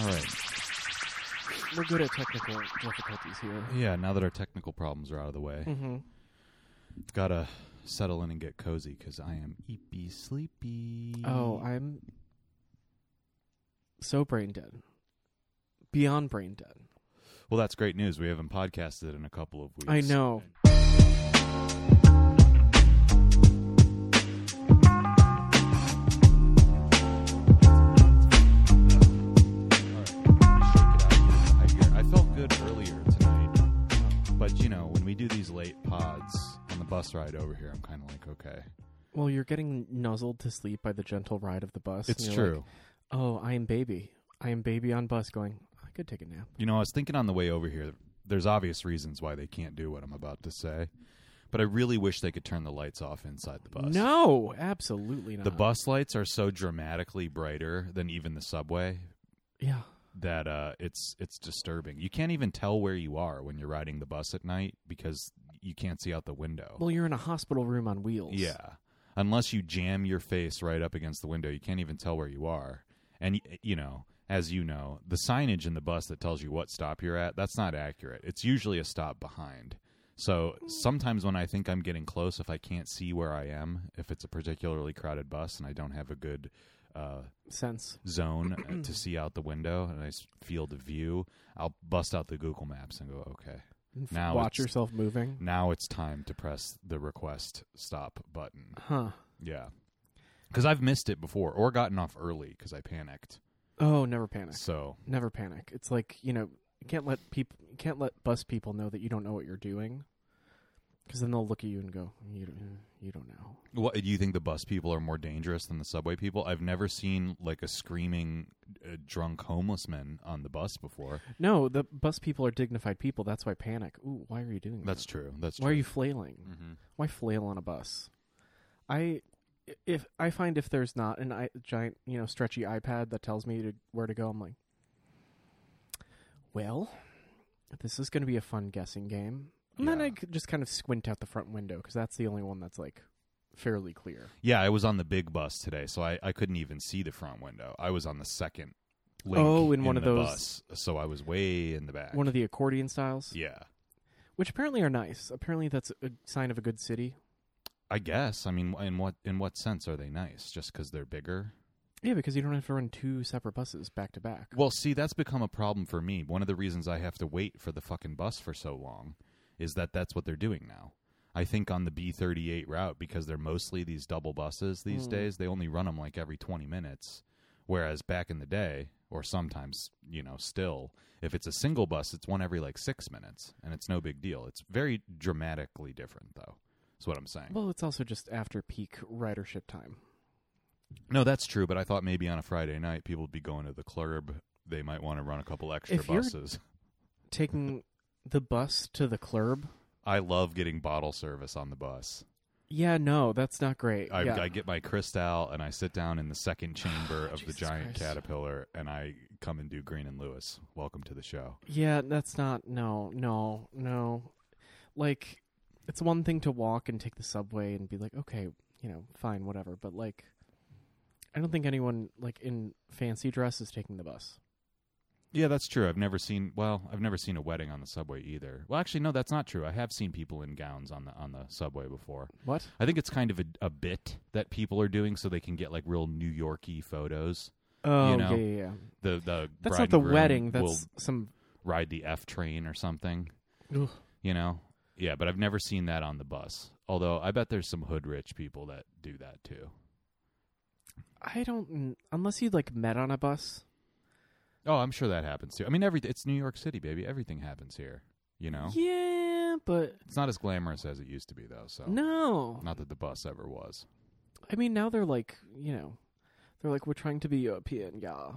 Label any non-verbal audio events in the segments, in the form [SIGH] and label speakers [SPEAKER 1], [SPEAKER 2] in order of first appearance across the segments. [SPEAKER 1] All right.
[SPEAKER 2] We're good at technical difficulties here.
[SPEAKER 1] Yeah, now that our technical problems are out of the way,
[SPEAKER 2] Mm-hmm.
[SPEAKER 1] gotta settle in and get cozy because I am eepy sleepy.
[SPEAKER 2] Oh, I'm so brain dead. Beyond brain dead.
[SPEAKER 1] well, that's great news. We haven't podcasted in a couple of weeks.
[SPEAKER 2] I know.
[SPEAKER 1] All right, shake it out and get it out of here. I felt good earlier tonight, but you know when we do these late pods on the bus ride over here, I'm kind of like, okay,
[SPEAKER 2] Well, you're getting nuzzled to sleep by the gentle ride of the bus. and
[SPEAKER 1] it's
[SPEAKER 2] you're
[SPEAKER 1] true.
[SPEAKER 2] like, oh, I am baby. I am baby on bus going, I could take a nap.
[SPEAKER 1] You know, I was thinking on the way over here, there's obvious reasons why they can't do what I'm about to say, but I really wish they could turn the lights off inside the bus.
[SPEAKER 2] No, absolutely not.
[SPEAKER 1] The bus lights are so dramatically brighter than even the subway
[SPEAKER 2] Yeah.
[SPEAKER 1] that uh, it's it's disturbing. You can't even tell where you are when you're riding the bus at night because you can't see out the window.
[SPEAKER 2] Well, you're in a hospital room on wheels.
[SPEAKER 1] yeah, unless you jam your face right up against the window, you can't even tell where you are. And y- you know, as you know, the signage in the bus that tells you what stop you're at that's not accurate. It's usually a stop behind. So sometimes when I think I'm getting close, if I can't see where I am, if it's a particularly crowded bus and I don't have a good uh,
[SPEAKER 2] Sense.
[SPEAKER 1] zone uh, to see out the window and I s- feel the view, I'll bust out the Google Maps and go, okay, Now
[SPEAKER 2] Watch
[SPEAKER 1] it's-
[SPEAKER 2] yourself moving.
[SPEAKER 1] now it's time to press the request stop button.
[SPEAKER 2] Huh.
[SPEAKER 1] Yeah. Because I've missed it before or gotten off early because I panicked.
[SPEAKER 2] Oh, never panic.
[SPEAKER 1] So,
[SPEAKER 2] Never panic. It's like, you know, you can't let people can't let bus people know that you don't know what you're doing. Cuz then they'll look at you and go, you don't, you don't know.
[SPEAKER 1] what do you think the bus people are more dangerous than the subway people? I've never seen like a screaming, uh, drunk homeless man on the bus before.
[SPEAKER 2] No, the bus people are dignified people. That's why panic. Ooh, why are you doing
[SPEAKER 1] That's
[SPEAKER 2] that?
[SPEAKER 1] true. That's true.
[SPEAKER 2] Why are you flailing?
[SPEAKER 1] hmm
[SPEAKER 2] Why flail on a bus? I if I find if there's not an I, giant, you know, stretchy iPad that tells me to, where to go, I'm like, well, this is going to be a fun guessing game. And then
[SPEAKER 1] Yeah.
[SPEAKER 2] I could just kind of squint out the front window because that's the only one that's like fairly clear.
[SPEAKER 1] Yeah, I was on the big bus today, so I, I couldn't even see the front window. I was on the second link
[SPEAKER 2] Oh, in one of
[SPEAKER 1] the bus,
[SPEAKER 2] those-
[SPEAKER 1] so I was way in the back.
[SPEAKER 2] One of the accordion styles,
[SPEAKER 1] yeah,
[SPEAKER 2] which apparently are nice. Apparently, that's a sign of a good city.
[SPEAKER 1] I guess. I mean, in what in what sense are they nice? Just because they're bigger?
[SPEAKER 2] Yeah, because you don't have to run two separate buses back to back.
[SPEAKER 1] Well, see, that's become a problem for me. One of the reasons I have to wait for the fucking bus for so long is that that's what they're doing now. I think on the B thirty eight route because they're mostly these double buses these
[SPEAKER 2] Mm.
[SPEAKER 1] days. They only run them like every twenty minutes, whereas back in the day, or sometimes you know, still if it's a single bus, it's one every like six minutes, and it's no big deal. It's very dramatically different, though. That's what I'm saying.
[SPEAKER 2] Well, it's also just after peak ridership time.
[SPEAKER 1] No, that's true, but I thought maybe on a Friday night people would be going to the club. They might want to run a couple extra
[SPEAKER 2] If you're-
[SPEAKER 1] buses.
[SPEAKER 2] Taking the bus to the club.
[SPEAKER 1] I love getting bottle service on the bus.
[SPEAKER 2] Yeah, no, that's not great.
[SPEAKER 1] I,
[SPEAKER 2] yeah.
[SPEAKER 1] I get my Cristal and I sit down in the
[SPEAKER 2] [SIGHS]
[SPEAKER 1] second chamber of the
[SPEAKER 2] Jesus
[SPEAKER 1] giant
[SPEAKER 2] Christ.
[SPEAKER 1] caterpillar and I come and do Green and Lewis. Welcome to the show.
[SPEAKER 2] yeah, that's not. No, no, no. Like, it's one thing to walk and take the subway and be like, okay, you know, fine, whatever. But like, I don't think anyone like in fancy dress is taking the bus.
[SPEAKER 1] Yeah, that's true. I've never seen well, I've never seen a wedding on the subway either. Well, actually, no, that's not true. I have seen people in gowns on the on the subway before.
[SPEAKER 2] What?
[SPEAKER 1] I think it's kind of a, a bit that people are doing so they can get like real New Yorky photos.
[SPEAKER 2] Oh,
[SPEAKER 1] know,
[SPEAKER 2] yeah, yeah, yeah.
[SPEAKER 1] The the
[SPEAKER 2] That's
[SPEAKER 1] bride
[SPEAKER 2] not the
[SPEAKER 1] and groom
[SPEAKER 2] wedding. That's
[SPEAKER 1] will
[SPEAKER 2] some.
[SPEAKER 1] ride the F train or something.
[SPEAKER 2] Ugh.
[SPEAKER 1] You know? Yeah, but I've never seen that on the bus. Although I bet there's some hood rich people that do that too.
[SPEAKER 2] I don't. Unless you like met on a bus.
[SPEAKER 1] Oh, I'm sure that happens too. I mean, every it's New York City, baby. Everything happens here. You know,
[SPEAKER 2] Yeah, but
[SPEAKER 1] it's not as glamorous as it used to be, though. So,
[SPEAKER 2] no.
[SPEAKER 1] not that the bus ever was.
[SPEAKER 2] I mean, now they're like, you know, they're like, we're trying to be European, yeah.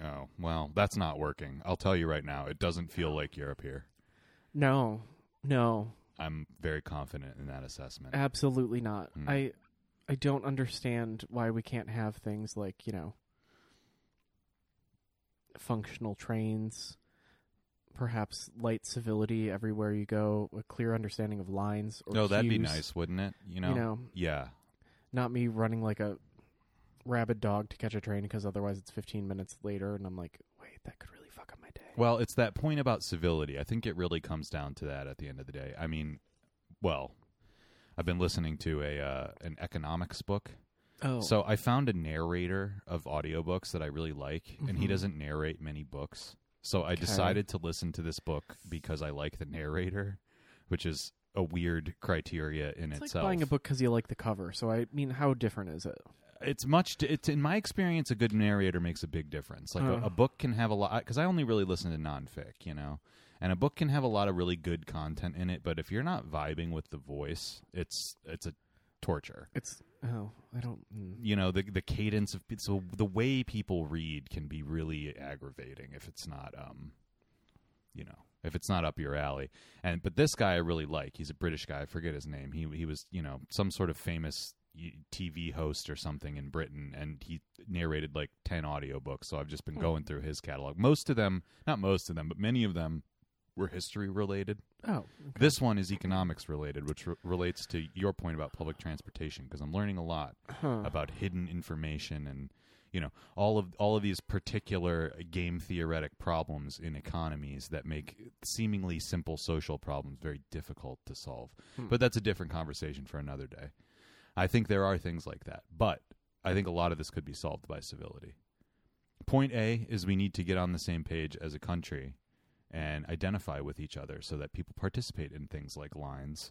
[SPEAKER 1] Oh well, that's not working. I'll tell you right now, it doesn't feel like Europe here.
[SPEAKER 2] No, no,
[SPEAKER 1] I'm very confident in that assessment.
[SPEAKER 2] absolutely not.
[SPEAKER 1] Hmm.
[SPEAKER 2] I, I don't understand why we can't have things like you know, functional trains, perhaps light civility everywhere you go, a clear understanding of lines. Or
[SPEAKER 1] No, that'd be
[SPEAKER 2] cues,
[SPEAKER 1] nice, wouldn't it? You know,
[SPEAKER 2] You know,
[SPEAKER 1] yeah.
[SPEAKER 2] not me running like a rabid dog to catch a train because otherwise it's 15 minutes later, and I'm like, wait, that could really fuck up my day.
[SPEAKER 1] Well, it's that point about civility. I think it really comes down to that at the end of the day. I mean, well, I've been listening to a uh, an economics book.
[SPEAKER 2] Oh,
[SPEAKER 1] So I found a narrator of audiobooks that I really like, and he
[SPEAKER 2] Mhm.
[SPEAKER 1] doesn't narrate many books. So I
[SPEAKER 2] Okay.
[SPEAKER 1] decided to listen to this book because I like the narrator, which is a weird criteria in
[SPEAKER 2] it's
[SPEAKER 1] itself.
[SPEAKER 2] like buying a book because you like the cover. So I mean, how different is it?
[SPEAKER 1] It's much. di- It's in my experience, a good narrator makes a big difference. Like a,
[SPEAKER 2] Uh.
[SPEAKER 1] a book can have a lot because I only really listen to nonfic, you know, and a book can have a lot of really good content in it. But if you're not vibing with the voice, it's it's a torture.
[SPEAKER 2] It's oh, I don't. Mm.
[SPEAKER 1] you know the the cadence of pe- so the way people read can be really aggravating if it's not um you know if it's not up your alley and but this guy I really like he's a British guy I forget his name he he was you know some sort of famous y- TV host or something in Britain and he narrated like 10 audiobooks so I've just been going through his catalog most of them not most of them but many of them were history related
[SPEAKER 2] Oh,
[SPEAKER 1] this one is economics related which re- relates to your point about public transportation because I'm learning a lot
[SPEAKER 2] huh.
[SPEAKER 1] about hidden information and you know all of all of these particular game theoretic problems in economies that make seemingly simple social problems very difficult to solve.
[SPEAKER 2] Hmm.
[SPEAKER 1] But that's a different conversation for another day. I think there are things like that, but I think a lot of this could be solved by civility. Point A is we need to get on the same page as a country and identify with each other so that people participate in things like lines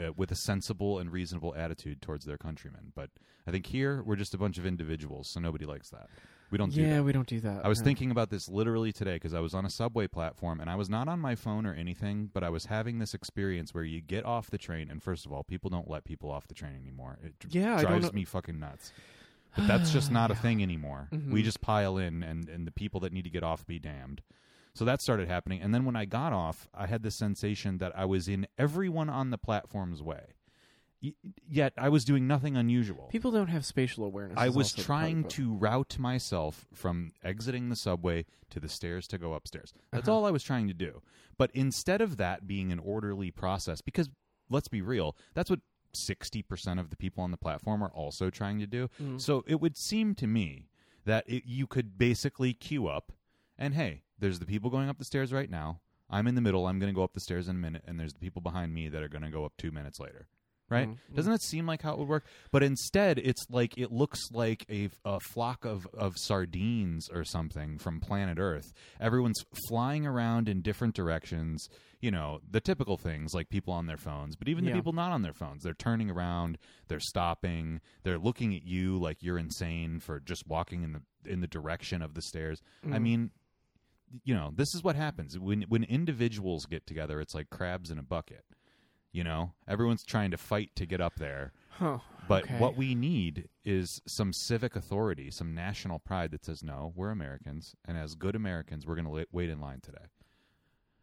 [SPEAKER 1] uh, with a sensible and reasonable attitude towards their countrymen. But I think here we're just a bunch of individuals, so nobody likes that. We don't do
[SPEAKER 2] yeah, uh-huh.
[SPEAKER 1] that.
[SPEAKER 2] we don't do that.
[SPEAKER 1] I was
[SPEAKER 2] no.
[SPEAKER 1] thinking about this literally today because I was on a subway platform and I was not on my phone or anything, but I was having this experience where you get off the train and first of all, people don't let people off the train anymore. It dr-
[SPEAKER 2] Yeah, I don't
[SPEAKER 1] drives
[SPEAKER 2] know-
[SPEAKER 1] me fucking nuts. But that's
[SPEAKER 2] [SIGHS]
[SPEAKER 1] just not a thing anymore. We
[SPEAKER 2] Mhm.
[SPEAKER 1] just pile in and and the people that need to get off be damned. So that started happening and then when I got off, I had this sensation that I was in everyone on the platform's way. Y- yet I was doing nothing unusual.
[SPEAKER 2] people don't have spatial awareness.
[SPEAKER 1] I
[SPEAKER 2] is
[SPEAKER 1] was
[SPEAKER 2] also part
[SPEAKER 1] trying
[SPEAKER 2] of it.
[SPEAKER 1] to route myself from exiting the subway to the stairs to go upstairs. That's
[SPEAKER 2] Uh-huh.
[SPEAKER 1] all I was trying to do. But instead of that being an orderly process, because let's be real, that's what 60% of the people on the platform are also trying to do.
[SPEAKER 2] Mm.
[SPEAKER 1] So it would seem to me that it, you could basically queue up and hey, there's the people going up the stairs right now. I'm in the middle. I'm going to go up the stairs in a minute, and there's the people behind me that are going to go up two minutes later. Right?
[SPEAKER 2] Mm, mm.
[SPEAKER 1] Doesn't it seem like how it would work? But instead, it's like it looks like a, a flock of, of sardines or something from planet Earth. Everyone's flying around in different directions. You know, the typical things like people on their phones, but even
[SPEAKER 2] Yeah.
[SPEAKER 1] the people not on their phones, they're turning around, they're stopping, they're looking at you like you're insane for just walking in the in the direction of the stairs. I
[SPEAKER 2] Mm.
[SPEAKER 1] mean, you know, this is what happens when when individuals get together. It's like crabs in a bucket. You know, everyone's trying to fight to get up there.
[SPEAKER 2] Huh.
[SPEAKER 1] But
[SPEAKER 2] Okay.
[SPEAKER 1] what we need is some civic authority, some national pride that says, "No, we're Americans, and as good Americans, we're going to la- wait in line today."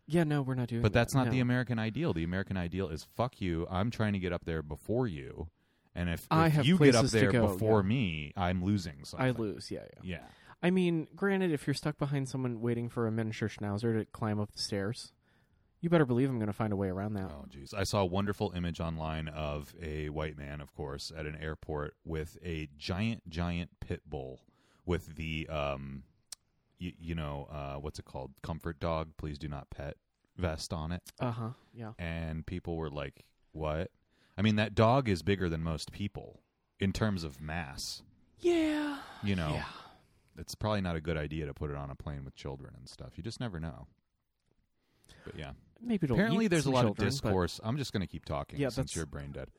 [SPEAKER 2] Yeah, no, we're not doing.
[SPEAKER 1] But
[SPEAKER 2] that.
[SPEAKER 1] that's not the
[SPEAKER 2] No.
[SPEAKER 1] American ideal. The American ideal is "fuck you." I'm trying to get up there before you, and if,
[SPEAKER 2] I
[SPEAKER 1] if
[SPEAKER 2] have
[SPEAKER 1] you get up
[SPEAKER 2] places to
[SPEAKER 1] there
[SPEAKER 2] go,
[SPEAKER 1] before
[SPEAKER 2] yeah.
[SPEAKER 1] me, I'm losing something.
[SPEAKER 2] I lose. Yeah, yeah.
[SPEAKER 1] Yeah.
[SPEAKER 2] I mean, granted, if you're stuck behind someone waiting for a miniature schnauzer to climb up the stairs, you better believe I'm going to find a way around that.
[SPEAKER 1] Oh, jeez. I saw a wonderful image online of a white man, of course, at an airport with a giant, giant pit bull with the, um, you, you know, uh, what's it called? Comfort dog, please do not pet vest on it.
[SPEAKER 2] Uh huh. Yeah.
[SPEAKER 1] And people were like, what? I mean, that dog is bigger than most people in terms of mass.
[SPEAKER 2] Yeah.
[SPEAKER 1] You know,
[SPEAKER 2] Yeah.
[SPEAKER 1] it's probably not a good idea to put it on a plane with children and stuff. You just never know. But yeah.
[SPEAKER 2] Maybe it'll
[SPEAKER 1] Apparently,
[SPEAKER 2] eat
[SPEAKER 1] there's a
[SPEAKER 2] some
[SPEAKER 1] lot
[SPEAKER 2] children,
[SPEAKER 1] of
[SPEAKER 2] but-
[SPEAKER 1] discourse. I'm just going to keep talking
[SPEAKER 2] Yeah,
[SPEAKER 1] since
[SPEAKER 2] that's-
[SPEAKER 1] you're brain dead.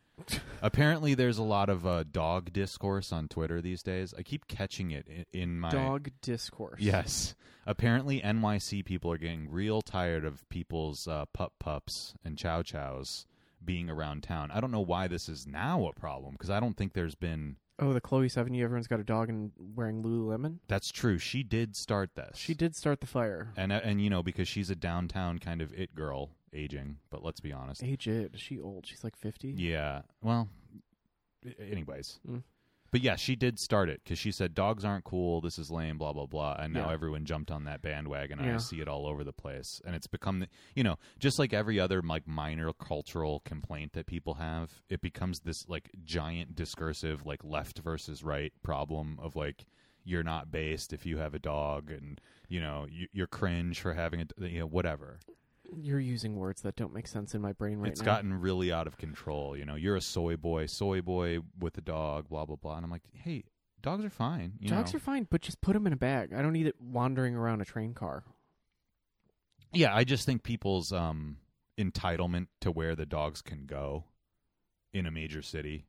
[SPEAKER 1] Apparently, there's a lot of uh, dog discourse on Twitter these days. I keep catching it in, in my
[SPEAKER 2] Dog discourse.
[SPEAKER 1] Yes. Apparently, NYC people are getting real tired of people's uh, pup pups and chow chows being around town. I don't know why this is now a problem because I don't think there's been.
[SPEAKER 2] Oh, the Chloe Sevigny. Everyone's got a dog and wearing Lululemon.
[SPEAKER 1] That's true. She did start this.
[SPEAKER 2] She did start the fire.
[SPEAKER 1] and uh, and you know because she's a downtown kind of it girl, aging. But let's be honest.
[SPEAKER 2] Age it. Is she old? She's like fifty.
[SPEAKER 1] Yeah. Well, a- anyways.
[SPEAKER 2] Mm.
[SPEAKER 1] But yeah, she did start it because she said dogs aren't cool. This is lame. Blah blah blah. And now
[SPEAKER 2] Yeah.
[SPEAKER 1] everyone jumped on that bandwagon. and I
[SPEAKER 2] Yeah.
[SPEAKER 1] see it all over the place, and it's become the, you know just like every other like minor cultural complaint that people have, it becomes this like giant discursive like left versus right problem of like you're not based if you have a dog, and you know you, you're cringe for having a d- you know whatever.
[SPEAKER 2] You're using words that don't make sense in my brain right
[SPEAKER 1] It's
[SPEAKER 2] now.
[SPEAKER 1] gotten really out of control. You know, you're a soy boy, soy boy with a dog, blah blah blah. And I'm like, hey, dogs are fine. You
[SPEAKER 2] Dogs
[SPEAKER 1] know?
[SPEAKER 2] are fine, but just put them in a bag. I don't need it wandering around a train car.
[SPEAKER 1] yeah. I just think people's um, entitlement to where the dogs can go in a major city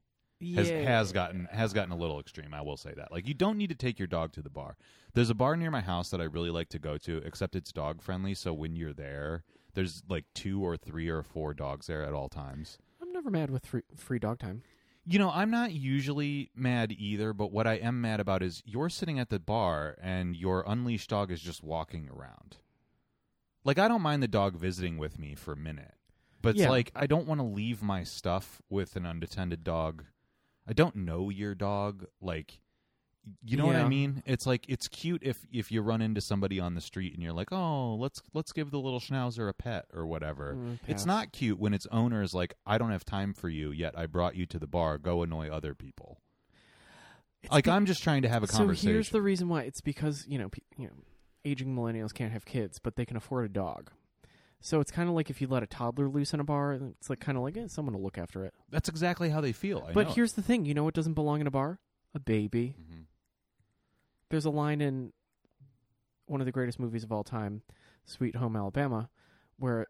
[SPEAKER 1] has has gotten has gotten a little extreme. I will say that. Like, you don't need to take your dog to the bar. There's a bar near my house that I really like to go to, except it's dog friendly. So when you're there, there's like two or three or four dogs there at all times.
[SPEAKER 2] I'm never mad with free, free dog time.
[SPEAKER 1] You know, I'm not usually mad either, but what I am mad about is you're sitting at the bar and your unleashed dog is just walking around. Like, I don't mind the dog visiting with me for a minute, but it's
[SPEAKER 2] Yeah.
[SPEAKER 1] like, I don't want to leave my stuff with an unattended dog. I don't know your dog. Like, you know what I
[SPEAKER 2] Yeah.
[SPEAKER 1] mean? It's like it's cute if if you run into somebody on the street and you're like, "Oh, let's let's give the little schnauzer a pet or whatever."
[SPEAKER 2] Mm,
[SPEAKER 1] It's
[SPEAKER 2] pass.
[SPEAKER 1] not cute when its owner is like, I don't have time for you, yet I brought you to the bar. Go annoy other people. like, I'm just trying to have a
[SPEAKER 2] so here's
[SPEAKER 1] conversation.
[SPEAKER 2] the reason why it's because you know pe- you know aging millennials can't have kids, but they can afford a dog. So it's kind of like if you let a toddler loose in a bar, it's like kind of like eh, someone will look after it.
[SPEAKER 1] That's exactly how they feel. I
[SPEAKER 2] but
[SPEAKER 1] know.
[SPEAKER 2] here's the thing: you know what doesn't belong in a bar? A baby.
[SPEAKER 1] Mhm.
[SPEAKER 2] There's a line in one of the greatest movies of all time, Sweet Home Alabama, where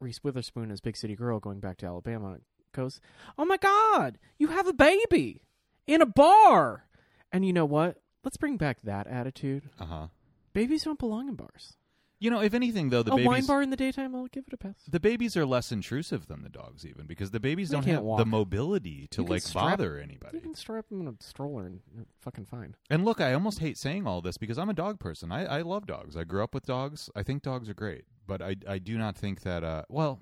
[SPEAKER 2] Reese Witherspoon as Big City Girl going back to Alabama goes, "Oh my God, you have a baby in a bar!" And you know what? Let's bring back that attitude.
[SPEAKER 1] Uh-huh.
[SPEAKER 2] Babies don't belong in bars.
[SPEAKER 1] You know, if anything, though, the
[SPEAKER 2] a
[SPEAKER 1] babies.
[SPEAKER 2] wine bar in the daytime, I'll give it a pass.
[SPEAKER 1] The babies are less intrusive than the dogs, even because the babies
[SPEAKER 2] They
[SPEAKER 1] don't
[SPEAKER 2] can't
[SPEAKER 1] have the
[SPEAKER 2] walk.
[SPEAKER 1] mobility to
[SPEAKER 2] You can
[SPEAKER 1] like
[SPEAKER 2] strap-
[SPEAKER 1] bother
[SPEAKER 2] You
[SPEAKER 1] anybody.
[SPEAKER 2] can strap them in a stroller and you're fucking fine.
[SPEAKER 1] And look, I almost hate saying all this because I'm a dog person. I, I love dogs. I grew up with dogs. I think dogs are great, but I I do not think that. Uh, well,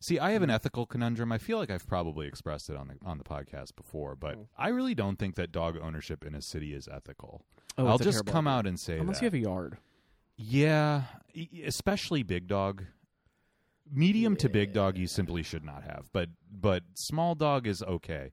[SPEAKER 1] see, I have an ethical conundrum. I feel like I've probably expressed it on the on the podcast before, but
[SPEAKER 2] Hmm.
[SPEAKER 1] I really don't think that dog ownership in a city is ethical.
[SPEAKER 2] Oh,
[SPEAKER 1] I'll
[SPEAKER 2] it's a
[SPEAKER 1] just
[SPEAKER 2] terrible
[SPEAKER 1] come
[SPEAKER 2] idea.
[SPEAKER 1] out and say
[SPEAKER 2] Unless
[SPEAKER 1] that.
[SPEAKER 2] you have a yard.
[SPEAKER 1] yeah, e- especially big dog. Medium to big dog, you simply should not have, but but small dog is okay.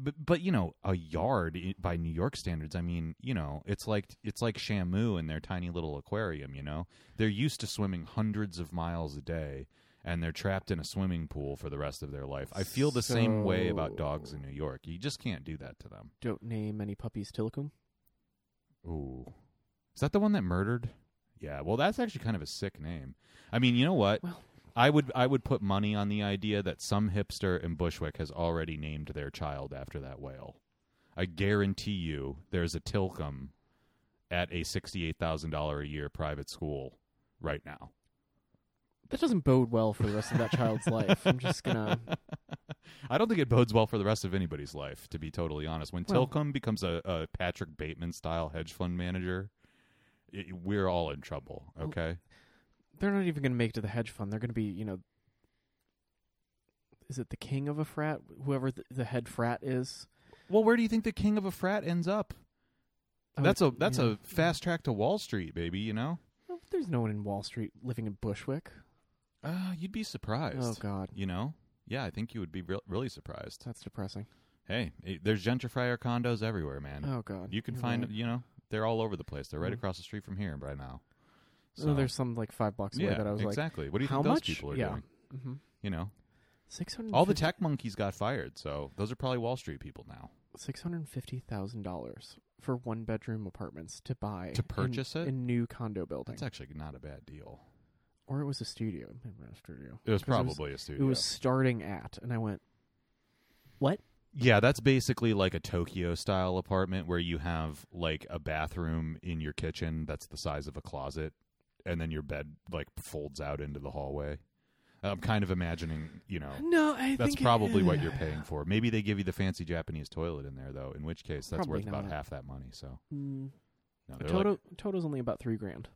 [SPEAKER 1] But, but you know a yard i- by New York standards, I mean you know it's like it's like Shamu in their tiny little aquarium. You know they're used to swimming hundreds of miles a day, and they're trapped in a swimming pool for the rest of their life. I feel the same way about dogs in New York. You just can't do that to them.
[SPEAKER 2] Don't name any puppies Tillicum.
[SPEAKER 1] Ooh, is that the one that murdered? Yeah. Well, that's actually kind of a sick name. I mean, you know what?
[SPEAKER 2] Well-
[SPEAKER 1] I would I would put money on the idea that some hipster in Bushwick has already named their child after that whale. I guarantee you, there's a Tilcum at a sixty-eight thousand dollar a year private school right now.
[SPEAKER 2] That doesn't bode well for the rest of that child's life. I'm just gonna.
[SPEAKER 1] [LAUGHS] I don't think it bodes well for the rest of anybody's life, to be totally honest. When
[SPEAKER 2] Well-
[SPEAKER 1] Tilcum becomes a, a Patrick Bateman style hedge fund manager, i we're all in trouble. Okay.
[SPEAKER 2] They're not even gonna make it to the hedge fund. They're gonna be, you know. Is it the king of a frat? Whoever the, the head frat is.
[SPEAKER 1] Well, where do you think the king of a frat ends up?
[SPEAKER 2] I
[SPEAKER 1] Oh, that's a
[SPEAKER 2] would-
[SPEAKER 1] that's
[SPEAKER 2] yeah.
[SPEAKER 1] a fast track to Wall Street, baby. You know,
[SPEAKER 2] Well, There's no one in Wall Street living in Bushwick.
[SPEAKER 1] uh, you'd be surprised.
[SPEAKER 2] Oh God,
[SPEAKER 1] You know, yeah, I think you would be re- really surprised.
[SPEAKER 2] that's depressing.
[SPEAKER 1] Hey, eh, there's gentrifier condos everywhere, man.
[SPEAKER 2] Oh God,
[SPEAKER 1] you can
[SPEAKER 2] You're
[SPEAKER 1] find,
[SPEAKER 2] right.
[SPEAKER 1] you know, they're all over the place. They're right
[SPEAKER 2] Mhm.
[SPEAKER 1] across the street from here right now.
[SPEAKER 2] Oh, there's some like five blocks away
[SPEAKER 1] yeah,
[SPEAKER 2] that I was like,
[SPEAKER 1] exactly. what do you
[SPEAKER 2] how
[SPEAKER 1] think those
[SPEAKER 2] much?
[SPEAKER 1] people are
[SPEAKER 2] yeah.
[SPEAKER 1] doing?
[SPEAKER 2] Mm-hmm.
[SPEAKER 1] You know,
[SPEAKER 2] Six hundred
[SPEAKER 1] all the tech monkeys got fired, so those are probably Wall Street people now.
[SPEAKER 2] six hundred fifty thousand dollars for one bedroom apartments to buy
[SPEAKER 1] To purchase
[SPEAKER 2] in,
[SPEAKER 1] it?
[SPEAKER 2] in new condo building,
[SPEAKER 1] That's actually not a bad deal.
[SPEAKER 2] or it was a studio. It might have been a studio.
[SPEAKER 1] It was
[SPEAKER 2] 'Cause
[SPEAKER 1] probably a
[SPEAKER 2] It was,
[SPEAKER 1] studio.
[SPEAKER 2] starting at, and I went, "What?
[SPEAKER 1] Yeah, that's basically like a Tokyo style apartment where you have like a bathroom in your kitchen that's the size of a closet and then your bed like folds out into the hallway. I'm kind of imagining, you know,
[SPEAKER 2] No, I
[SPEAKER 1] Oh. that's
[SPEAKER 2] think it-
[SPEAKER 1] probably what you're paying for. Maybe they give you the fancy Japanese toilet in there though, in which case that's
[SPEAKER 2] Probably
[SPEAKER 1] worth about
[SPEAKER 2] not.
[SPEAKER 1] half that money, so.
[SPEAKER 2] Mm,
[SPEAKER 1] No,
[SPEAKER 2] a
[SPEAKER 1] they're
[SPEAKER 2] Toto,
[SPEAKER 1] like-
[SPEAKER 2] Toto's only about three grand.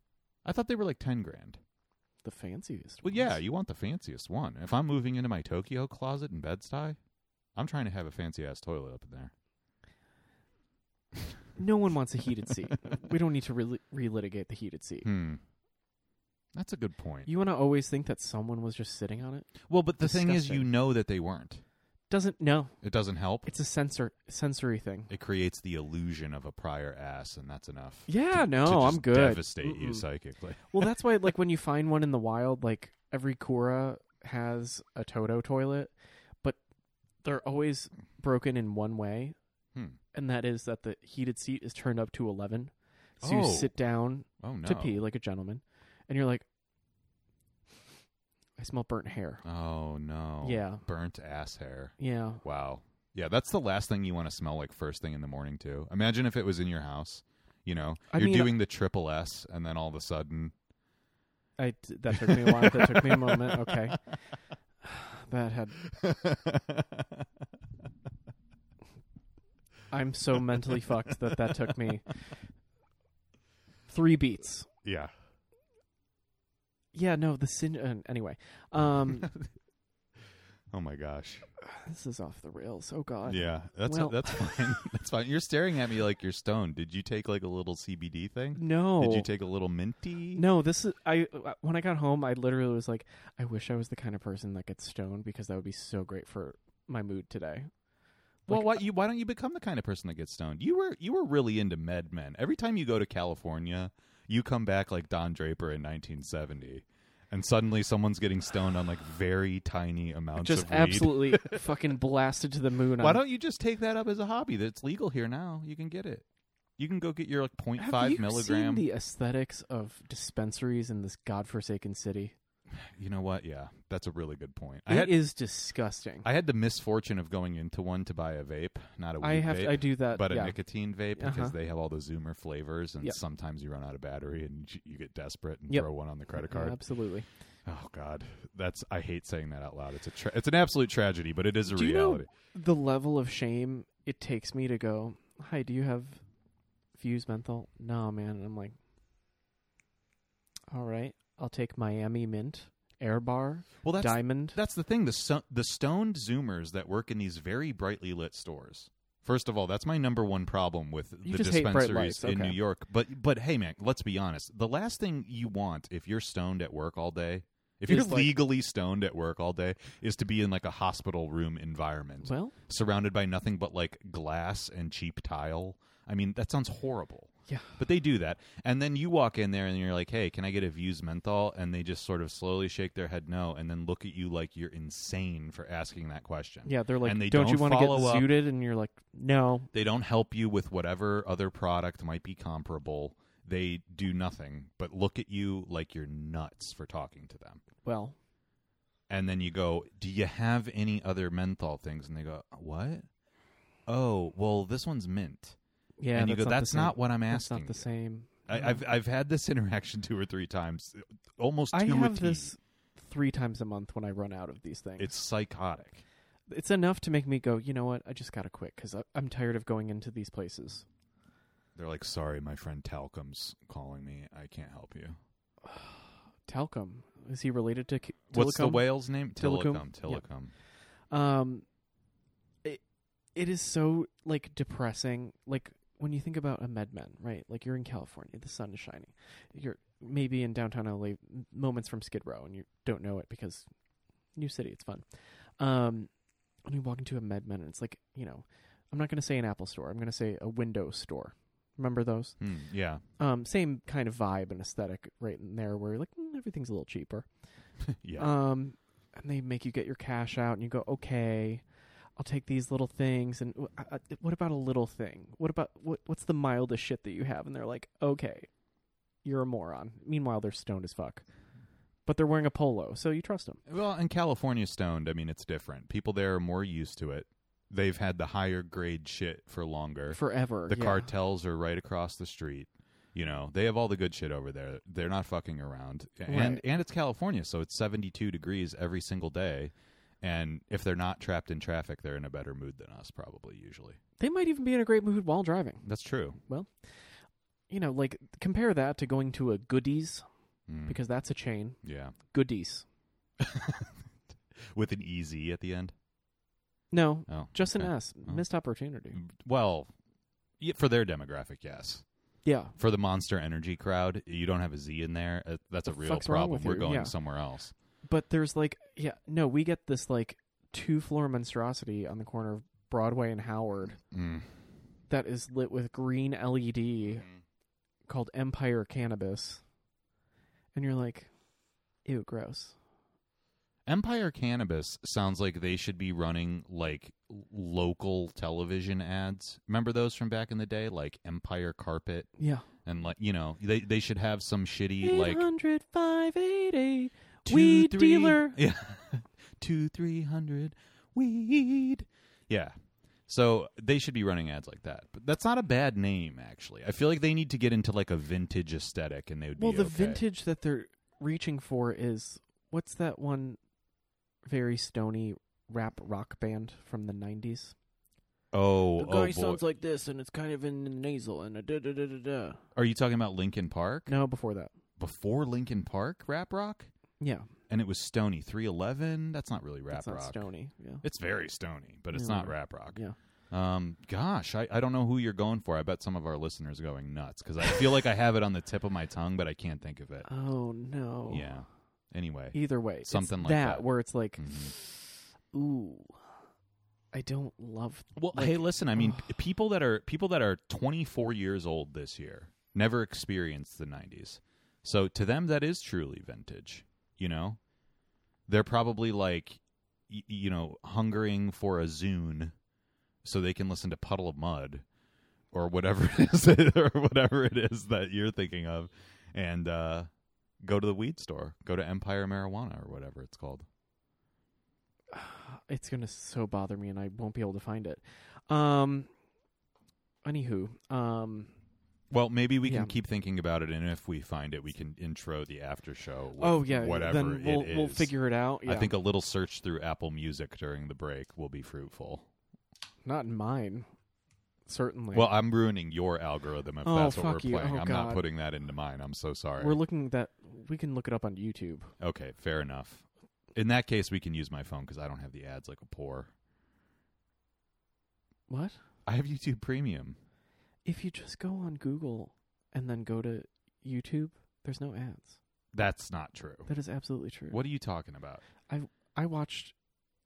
[SPEAKER 1] I thought they were like 10 grand.
[SPEAKER 2] The fanciest.
[SPEAKER 1] Well,
[SPEAKER 2] ones.
[SPEAKER 1] yeah, you want the fanciest one. If I'm moving into my Tokyo closet in Bed-Stuy, I'm trying to have a fancy ass toilet up in there.
[SPEAKER 2] No one wants a
[SPEAKER 1] [LAUGHS]
[SPEAKER 2] heated seat. we don't need to re- relitigate the heated seat.
[SPEAKER 1] Hmm. That's a good point.
[SPEAKER 2] You want to always think that someone was just sitting on it?
[SPEAKER 1] well, but the thing is, you
[SPEAKER 2] Disgusting.
[SPEAKER 1] know that they weren't.
[SPEAKER 2] Doesn't no.
[SPEAKER 1] It doesn't help.
[SPEAKER 2] It's a sensor sensory thing.
[SPEAKER 1] It creates the illusion of a prior ass, and that's enough.
[SPEAKER 2] Yeah,
[SPEAKER 1] to-
[SPEAKER 2] no,
[SPEAKER 1] to just
[SPEAKER 2] I'm good.
[SPEAKER 1] Devastate you
[SPEAKER 2] Mm-mm.
[SPEAKER 1] psychically.
[SPEAKER 2] Well, that's why, like, when you find one in the wild, like every Kura has a Toto toilet, but they're always broken in one way,
[SPEAKER 1] Hmm.
[SPEAKER 2] and that is that the heated seat is turned up to eleven, so you
[SPEAKER 1] Oh.
[SPEAKER 2] sit down
[SPEAKER 1] Oh no.
[SPEAKER 2] to pee like a gentleman, and you're like, I smell burnt hair.
[SPEAKER 1] Oh no.
[SPEAKER 2] Yeah,
[SPEAKER 1] Burnt ass hair.
[SPEAKER 2] yeah.
[SPEAKER 1] Wow. Yeah, that's the last thing you want to smell like first thing in the morning too. Imagine if it was in your house. You know,
[SPEAKER 2] I
[SPEAKER 1] you're
[SPEAKER 2] mean,
[SPEAKER 1] doing the triple S, and then all of a sudden, [LAUGHS]
[SPEAKER 2] I that took me a while. that took me a moment. Okay, [SIGHS] that had. I'm so mentally fucked that that took me three beats.
[SPEAKER 1] yeah.
[SPEAKER 2] Yeah, no, the sin. Uh, anyway,
[SPEAKER 1] [LAUGHS]
[SPEAKER 2] um,
[SPEAKER 1] Oh my gosh.
[SPEAKER 2] this is off the rails. Oh God.
[SPEAKER 1] Yeah, that's
[SPEAKER 2] Well-
[SPEAKER 1] that's fine. [LAUGHS] That's fine. You're staring at me like you're stoned. Did you take like a little CBD thing?
[SPEAKER 2] No.
[SPEAKER 1] Did you take a little minty?
[SPEAKER 2] no, this is I. uh, When I got home, I literally was like, I wish I was the kind of person that gets stoned because that would be so great for my mood today.
[SPEAKER 1] Well,
[SPEAKER 2] Like, uh,
[SPEAKER 1] why you why don't you become the kind of person that gets stoned? You were you were really into med men. Every time you go to California, you come back like Don Draper in 1970, and suddenly someone's getting stoned on like very tiny amounts
[SPEAKER 2] Just
[SPEAKER 1] of weed.
[SPEAKER 2] absolutely [LAUGHS] fucking blasted to the moon.
[SPEAKER 1] Why
[SPEAKER 2] on-
[SPEAKER 1] don't you just take that up as a hobby? That's legal here now. You can get it. You can go get your like point
[SPEAKER 2] Have
[SPEAKER 1] five
[SPEAKER 2] you
[SPEAKER 1] milligram.
[SPEAKER 2] seen the aesthetics of dispensaries in this godforsaken city?
[SPEAKER 1] you know what? Yeah, that's a really good point.
[SPEAKER 2] It
[SPEAKER 1] I
[SPEAKER 2] is
[SPEAKER 1] had
[SPEAKER 2] disgusting.
[SPEAKER 1] I had the misfortune of going into one to buy a vape, not a weed
[SPEAKER 2] I, have
[SPEAKER 1] vape,
[SPEAKER 2] I do that.
[SPEAKER 1] but a
[SPEAKER 2] yeah.
[SPEAKER 1] nicotine vape
[SPEAKER 2] Uh-huh.
[SPEAKER 1] because they have all the Zoomer flavors, and
[SPEAKER 2] Yep.
[SPEAKER 1] sometimes you run out of battery and you- you get desperate and
[SPEAKER 2] Yep.
[SPEAKER 1] throw one on the credit
[SPEAKER 2] Yeah,
[SPEAKER 1] card.
[SPEAKER 2] Absolutely.
[SPEAKER 1] Oh God, that's I hate saying that out loud. It's a tra- it's an absolute tragedy, but it is a
[SPEAKER 2] Do you know-
[SPEAKER 1] reality.
[SPEAKER 2] the level of shame it takes me to go, Hi, do you have Fuse menthol? No, man. And I'm like, All right, I'll take Miami Mint, Air Bar,
[SPEAKER 1] well, that's
[SPEAKER 2] Diamond.
[SPEAKER 1] that's the thing. The so- the stoned Zoomers that work in these very brightly lit stores. First of all, that's my number one problem with
[SPEAKER 2] You
[SPEAKER 1] the
[SPEAKER 2] just hate bright
[SPEAKER 1] dispensaries
[SPEAKER 2] lights,
[SPEAKER 1] in
[SPEAKER 2] okay.
[SPEAKER 1] New York. But but hey, man, let's be honest. The last thing you want if you're stoned at work all day, if you're
[SPEAKER 2] Is like-
[SPEAKER 1] legally stoned at work all day, is to be in like a hospital room environment,
[SPEAKER 2] Well,
[SPEAKER 1] surrounded by nothing but like glass and cheap tile. I mean, that sounds horrible.
[SPEAKER 2] Yeah.
[SPEAKER 1] But they do that. And then you walk in there and you're like, hey, can I get a Views menthol? And they just sort of slowly shake their head no and then look at you like you're insane for asking that question.
[SPEAKER 2] yeah, they're like,
[SPEAKER 1] And they
[SPEAKER 2] don't, you
[SPEAKER 1] don't
[SPEAKER 2] want to get
[SPEAKER 1] follow up.
[SPEAKER 2] zooted? And you're like, No.
[SPEAKER 1] They don't help you with whatever other product might be comparable. They do nothing but look at you like you're nuts for talking to them.
[SPEAKER 2] Well,
[SPEAKER 1] and then you go, "Do you have any other menthol things?" And they go, "What? Oh, well, this one's mint."
[SPEAKER 2] yeah.
[SPEAKER 1] and you
[SPEAKER 2] that's
[SPEAKER 1] go,
[SPEAKER 2] not
[SPEAKER 1] "That's
[SPEAKER 2] the same.
[SPEAKER 1] not what I'm
[SPEAKER 2] That's
[SPEAKER 1] asking."
[SPEAKER 2] not the same.
[SPEAKER 1] you." I, I've I've had this [LAUGHS] interaction two or three times, almost.
[SPEAKER 2] I
[SPEAKER 1] to a
[SPEAKER 2] have
[SPEAKER 1] tee.
[SPEAKER 2] this three times a month when I run out of these things.
[SPEAKER 1] It's psychotic.
[SPEAKER 2] it's enough to make me go, You know what? I just got to quit because I'm tired of going into these places.
[SPEAKER 1] They're like, "Sorry, my friend Talcum's calling me. I can't help you."
[SPEAKER 2] Talcum. Is he related to? K-
[SPEAKER 1] What's the
[SPEAKER 2] Tillicum?
[SPEAKER 1] whale's name? Tillicum.
[SPEAKER 2] Tillicum? Yeah.
[SPEAKER 1] Tillicum.
[SPEAKER 2] Um, it it is so like depressing. Like when you think about a MedMen, right? Like you're in California, the sun is shining. You're maybe in downtown LA, m- moments from Skid Row, and you don't know it because new city, it's fun. Um, and you walk into a MedMen, and it's like you know, I'm not gonna say an Apple store. I'm gonna say a Windows store. Remember those?
[SPEAKER 1] Hmm, yeah. [LAUGHS]
[SPEAKER 2] Um, same kind of vibe and aesthetic right in there, where you're like mm, everything's a little cheaper.
[SPEAKER 1] yeah.
[SPEAKER 2] Um, and they make you get your cash out, and you go, okay, I'll take these little things. And w- I- I- what about a little thing? What about what? What's the mildest shit that you have? And they're like, okay, you're a moron. Meanwhile, they're stoned as fuck, but they're wearing a polo, so you trust them.
[SPEAKER 1] Well, in California stoned, I mean, it's different. People there are more used to it. They've had the higher grade shit for longer.
[SPEAKER 2] Forever,
[SPEAKER 1] the
[SPEAKER 2] yeah.
[SPEAKER 1] cartels are right across the street. You know, they have all the good shit over there. They're not fucking around. And
[SPEAKER 2] Right.
[SPEAKER 1] and it's California, so it's 72 degrees every single day. And if they're not trapped in traffic, they're in a better mood than us probably usually.
[SPEAKER 2] They might even be in a great mood while driving.
[SPEAKER 1] That's true.
[SPEAKER 2] You know, like compare that to going to a Goodies
[SPEAKER 1] Mm,
[SPEAKER 2] because that's a chain.
[SPEAKER 1] yeah.
[SPEAKER 2] Goodies,
[SPEAKER 1] With an easy at the end.
[SPEAKER 2] no,
[SPEAKER 1] Oh.
[SPEAKER 2] just an
[SPEAKER 1] okay.
[SPEAKER 2] S.
[SPEAKER 1] Oh.
[SPEAKER 2] Missed opportunity.
[SPEAKER 1] Well, Yeah, for their demographic, yes.
[SPEAKER 2] Yeah.
[SPEAKER 1] For the Monster Energy crowd, you don't have a Z in there. Uh, that's a
[SPEAKER 2] The
[SPEAKER 1] real
[SPEAKER 2] fuck's wrong
[SPEAKER 1] problem.
[SPEAKER 2] with
[SPEAKER 1] We're
[SPEAKER 2] you?
[SPEAKER 1] going
[SPEAKER 2] Yeah.
[SPEAKER 1] somewhere else.
[SPEAKER 2] But there's like yeah, no, we get this like two floor monstrosity on the corner of Broadway and Howard
[SPEAKER 1] Mm.
[SPEAKER 2] that is lit with green LED
[SPEAKER 1] Mm-hmm.
[SPEAKER 2] called Empire Cannabis. And you're like, ew, gross.
[SPEAKER 1] Empire Cannabis sounds like they should be running like l- local television ads. Remember those from back in the day, like Empire Carpet
[SPEAKER 2] Yeah.
[SPEAKER 1] and like you know they they should have some shitty like
[SPEAKER 2] 800 588.
[SPEAKER 1] two,
[SPEAKER 2] Weed
[SPEAKER 1] three-
[SPEAKER 2] dealer.
[SPEAKER 1] [LAUGHS] Yeah. two, three hundred weed. Yeah. So they should be running ads like that. But that's not a bad name, actually. I feel like they need to get into like a vintage aesthetic and they would
[SPEAKER 2] Well,
[SPEAKER 1] be
[SPEAKER 2] the
[SPEAKER 1] okay.
[SPEAKER 2] vintage that they're reaching for is what's that one very stony rap rock band from the 90s?
[SPEAKER 1] Oh,
[SPEAKER 3] The
[SPEAKER 1] oh
[SPEAKER 3] guy
[SPEAKER 1] boy.
[SPEAKER 3] sounds like this, and it's kind of in the nasal, and a da da da da da.
[SPEAKER 1] Are you talking about Linkin Park?
[SPEAKER 2] No, before that.
[SPEAKER 1] Before Linkin Park rap rock?
[SPEAKER 2] Yeah.
[SPEAKER 1] And it was Stony 311. That's not really rap
[SPEAKER 2] that's not
[SPEAKER 1] rock.
[SPEAKER 2] stony. Yeah.
[SPEAKER 1] It's very stony, but it's
[SPEAKER 2] Yeah.
[SPEAKER 1] not rap rock.
[SPEAKER 2] Yeah.
[SPEAKER 1] Um, gosh, I, I don't know who you're going for. I bet some of our listeners are going nuts because I feel like I have it on the tip of my tongue, but I can't think of it.
[SPEAKER 2] [LAUGHS] Oh no.
[SPEAKER 1] Yeah. Anyway,
[SPEAKER 2] Either way, it's
[SPEAKER 1] Something like that.
[SPEAKER 2] where it's like,
[SPEAKER 1] Mhm.
[SPEAKER 2] ooh, I don't love.
[SPEAKER 1] well,
[SPEAKER 2] like-
[SPEAKER 1] hey, listen. I mean, people that are people that are 24 years old this year never experienced the 90s, so to them that is truly vintage. You know, they're probably like, y- you know, hungering for a Zune, so they can listen to Puddle of Mud, or whatever [LAUGHS] it is, or whatever it is that you're thinking of, and uh, go to the weed store, go to Empire Marijuana or whatever it's called.
[SPEAKER 2] It's gonna so bother me, and I won't be able to find it. Um. Anywho, um.
[SPEAKER 1] Well, maybe we
[SPEAKER 2] Yeah.
[SPEAKER 1] can keep thinking about it, and if we find it, we can intro the after show. With
[SPEAKER 2] oh yeah.
[SPEAKER 1] whatever
[SPEAKER 2] Then we'll
[SPEAKER 1] it is.
[SPEAKER 2] we'll figure it out.
[SPEAKER 1] I
[SPEAKER 2] Yeah.
[SPEAKER 1] think a little search through Apple Music during the break will be fruitful.
[SPEAKER 2] not in mine. Certainly.
[SPEAKER 1] Well, I'm ruining your algorithm if
[SPEAKER 2] Oh,
[SPEAKER 1] that's what
[SPEAKER 2] fuck
[SPEAKER 1] we're
[SPEAKER 2] you.
[SPEAKER 1] playing.
[SPEAKER 2] Oh,
[SPEAKER 1] I'm not
[SPEAKER 2] God.
[SPEAKER 1] putting that into mine. I'm so sorry.
[SPEAKER 2] we're looking that we can look it up on YouTube.
[SPEAKER 1] okay, fair enough. In that case, we can use my phone because I don't have the ads like a poor.
[SPEAKER 2] What
[SPEAKER 1] I have YouTube Premium.
[SPEAKER 2] if you just go on Google and then go to YouTube? There's no ads.
[SPEAKER 1] That's not true.
[SPEAKER 2] That is absolutely true.
[SPEAKER 1] What are you talking about?
[SPEAKER 2] I watched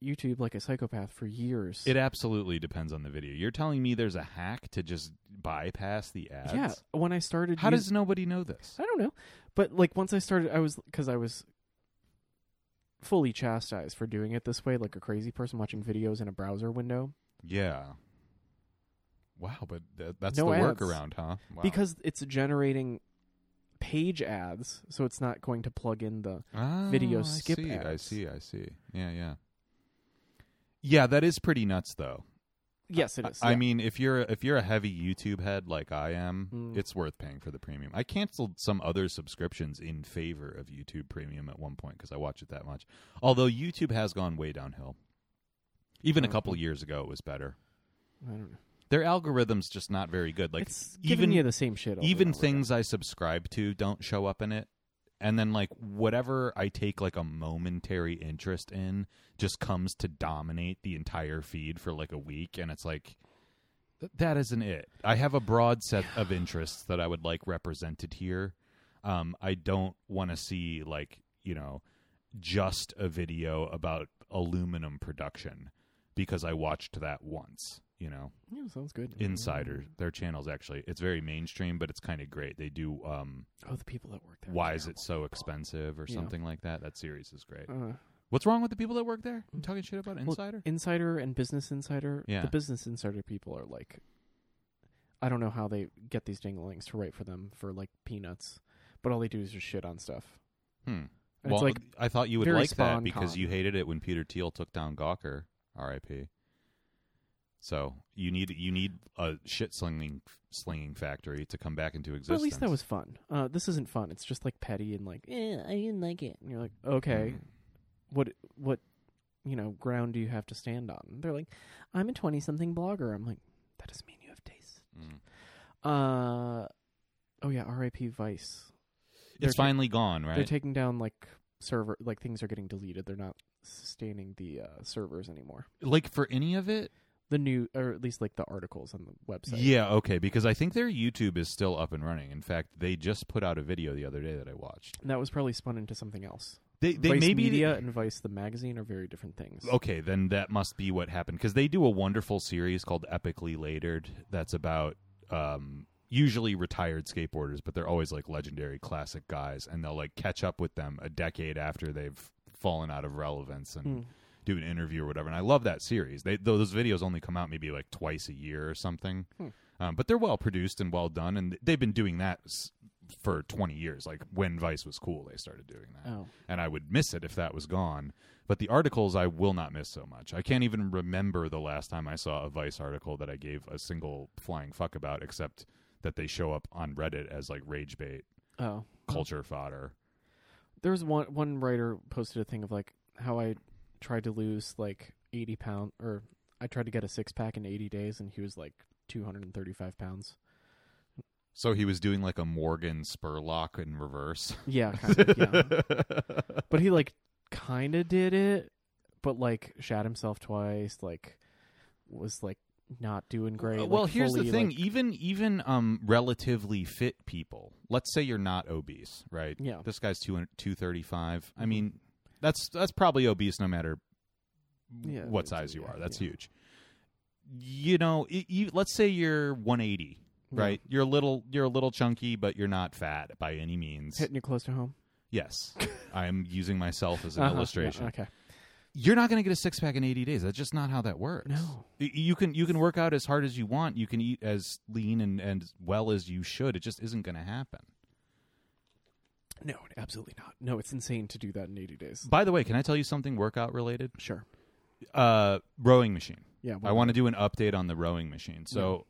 [SPEAKER 2] YouTube like a psychopath for years.
[SPEAKER 1] It absolutely depends on the video. You're telling me there's a hack to just bypass the ads?
[SPEAKER 2] yeah, when I started,
[SPEAKER 1] How
[SPEAKER 2] us-
[SPEAKER 1] does nobody know this?
[SPEAKER 2] I don't know, but like once I started, I was because I was fully chastised for doing it this way, like a crazy person watching videos in a browser window,
[SPEAKER 1] Yeah. Wow, but th- that's
[SPEAKER 2] No
[SPEAKER 1] the
[SPEAKER 2] ads.
[SPEAKER 1] workaround, huh? Wow.
[SPEAKER 2] because it's generating page ads, so it's not going to plug in the
[SPEAKER 1] Oh,
[SPEAKER 2] video
[SPEAKER 1] I
[SPEAKER 2] skip
[SPEAKER 1] see, I
[SPEAKER 2] ads.
[SPEAKER 1] see. I see. Yeah, yeah. Yeah, that is pretty nuts, though.
[SPEAKER 2] yes, it
[SPEAKER 1] I-
[SPEAKER 2] is.
[SPEAKER 1] I
[SPEAKER 2] yeah.
[SPEAKER 1] mean, if you're if you're a heavy YouTube head like I am,
[SPEAKER 2] Mm.
[SPEAKER 1] it's worth paying for the premium. I canceled some other subscriptions in favor of YouTube Premium at one point because I watch it that much. Although YouTube has gone way downhill. Even a
[SPEAKER 2] Oh, Okay.
[SPEAKER 1] couple years ago, it was better.
[SPEAKER 2] I don't know.
[SPEAKER 1] Their algorithm's just not very good. Like
[SPEAKER 2] it's
[SPEAKER 1] even-
[SPEAKER 2] giving you the same shit. over
[SPEAKER 1] even
[SPEAKER 2] and over
[SPEAKER 1] things I subscribe to don't show up in it. And then like whatever I take like a momentary interest in just comes to dominate the entire feed for like a week and it's like th- that isn't it. I have a broad set of interests that I would like represented here. Um I don't want to see like, you know, just a video about aluminum production because I watched that once, you know.
[SPEAKER 2] again. Yeah, sounds good.
[SPEAKER 1] Insider. Their channel's actually it's very mainstream, but it's kind of great. They do um
[SPEAKER 2] Oh, the people that work there.
[SPEAKER 1] why is it so expensive or
[SPEAKER 2] Yeah.
[SPEAKER 1] something like that. That series is great.
[SPEAKER 2] Uh,
[SPEAKER 1] What's wrong with the people that work there? I'm talking shit about
[SPEAKER 2] Mm. Well,
[SPEAKER 1] Insider.
[SPEAKER 2] Insider and Business Insider.
[SPEAKER 1] Yeah.
[SPEAKER 2] The Business Insider people are like, I don't know how they get these dinglings to write for them for like peanuts, but all they do is just shit on stuff.
[SPEAKER 1] hmm.
[SPEAKER 2] And
[SPEAKER 1] Well,
[SPEAKER 2] it's like,
[SPEAKER 1] I thought you would
[SPEAKER 2] very
[SPEAKER 1] like that
[SPEAKER 2] Spawn
[SPEAKER 1] because
[SPEAKER 2] con.
[SPEAKER 1] you hated it when Peter Thiel took down Gawker. R.I.P. So you need you need a shit slinging slinging factory to come back into
[SPEAKER 2] well,
[SPEAKER 1] existence.
[SPEAKER 2] at least that was fun. Uh, this isn't fun. It's just like petty and like, eh, I didn't like it. And you're like, okay,
[SPEAKER 1] Mm.
[SPEAKER 2] what, what, you know, ground do you have to stand on? And they're like, I'm a twenty-something blogger. I'm like, that doesn't mean you have taste.
[SPEAKER 1] Mm.
[SPEAKER 2] Uh, oh yeah, R.I.P. Vice. They're
[SPEAKER 1] It's
[SPEAKER 2] ta-
[SPEAKER 1] finally gone,
[SPEAKER 2] They're
[SPEAKER 1] right?
[SPEAKER 2] taking down like server, like things are getting deleted. They're not sustaining the uh, servers anymore.
[SPEAKER 1] like for any of it,
[SPEAKER 2] the new or at least like the articles on the website.
[SPEAKER 1] Yeah, okay, because I think their YouTube is still up and running. In fact, they just put out a video the other day that I watched.
[SPEAKER 2] And that was probably spun into something else.
[SPEAKER 1] They they
[SPEAKER 2] Vice
[SPEAKER 1] maybe
[SPEAKER 2] media and Vice the magazine are very different things.
[SPEAKER 1] Okay, then that must be what happened because they do a wonderful series called Epically Latered that's about um, usually retired skateboarders, but they're always like legendary classic guys, and they'll like catch up with them a decade after they've fallen out of relevance and
[SPEAKER 2] Hmm.
[SPEAKER 1] do an interview or whatever. And I love that series. They tho- those videos only come out maybe like twice a year or something,
[SPEAKER 2] Hmm.
[SPEAKER 1] um, but they're well produced and well done, and they've been doing that. S- for 20 years like when vice was cool they started doing that
[SPEAKER 2] Oh.
[SPEAKER 1] and I would miss it if that was gone. But the articles I will not miss so much. I can't even remember the last time I saw a Vice article that I gave a single flying fuck about, except that they show up on Reddit as like rage bait,
[SPEAKER 2] Oh.
[SPEAKER 1] culture fodder.
[SPEAKER 2] There was one one writer posted a thing of like how I tried to lose like eighty pound or I tried to get a six pack in eighty days and he was like two hundred and thirty five pounds.
[SPEAKER 1] So he was doing like a Morgan Spurlock in reverse.
[SPEAKER 2] Yeah, kind
[SPEAKER 1] [LAUGHS]
[SPEAKER 2] of, yeah. But he like kinda did it, but like shot himself twice, like was like not doing great.
[SPEAKER 1] Uh, well,
[SPEAKER 2] like,
[SPEAKER 1] here's the
[SPEAKER 2] fully,
[SPEAKER 1] thing:
[SPEAKER 2] like-
[SPEAKER 1] even even um, relatively fit people. Let's say you're not obese, right?
[SPEAKER 2] Yeah.
[SPEAKER 1] This guy's two two thirty five.
[SPEAKER 2] Mm-hmm.
[SPEAKER 1] I mean, that's that's probably obese, no matter
[SPEAKER 2] Yeah,
[SPEAKER 1] what
[SPEAKER 2] that's-
[SPEAKER 1] size you
[SPEAKER 2] yeah,
[SPEAKER 1] are. That's
[SPEAKER 2] yeah.
[SPEAKER 1] huge. You know, i you, let's say you're one eighty, right? You're a little you're a little chunky, but you're not fat by any means.
[SPEAKER 2] hitting you close
[SPEAKER 1] [LAUGHS]
[SPEAKER 2] to home.
[SPEAKER 1] Yes, I'm using myself as an
[SPEAKER 2] Uh-huh, yeah,
[SPEAKER 1] illustration.
[SPEAKER 2] okay.
[SPEAKER 1] You're not going to get a six pack in eighty days. That's just not how that works.
[SPEAKER 2] No.
[SPEAKER 1] Y- you can you can work out as hard as you want you can eat as lean and and as well as you should it just isn't going to happen
[SPEAKER 2] No, absolutely not. No, it's insane to do that in 80 days.
[SPEAKER 1] by the way can i tell you something workout related
[SPEAKER 2] Sure.
[SPEAKER 1] uh rowing machine
[SPEAKER 2] Yeah.
[SPEAKER 1] i want to do an update on the rowing machine so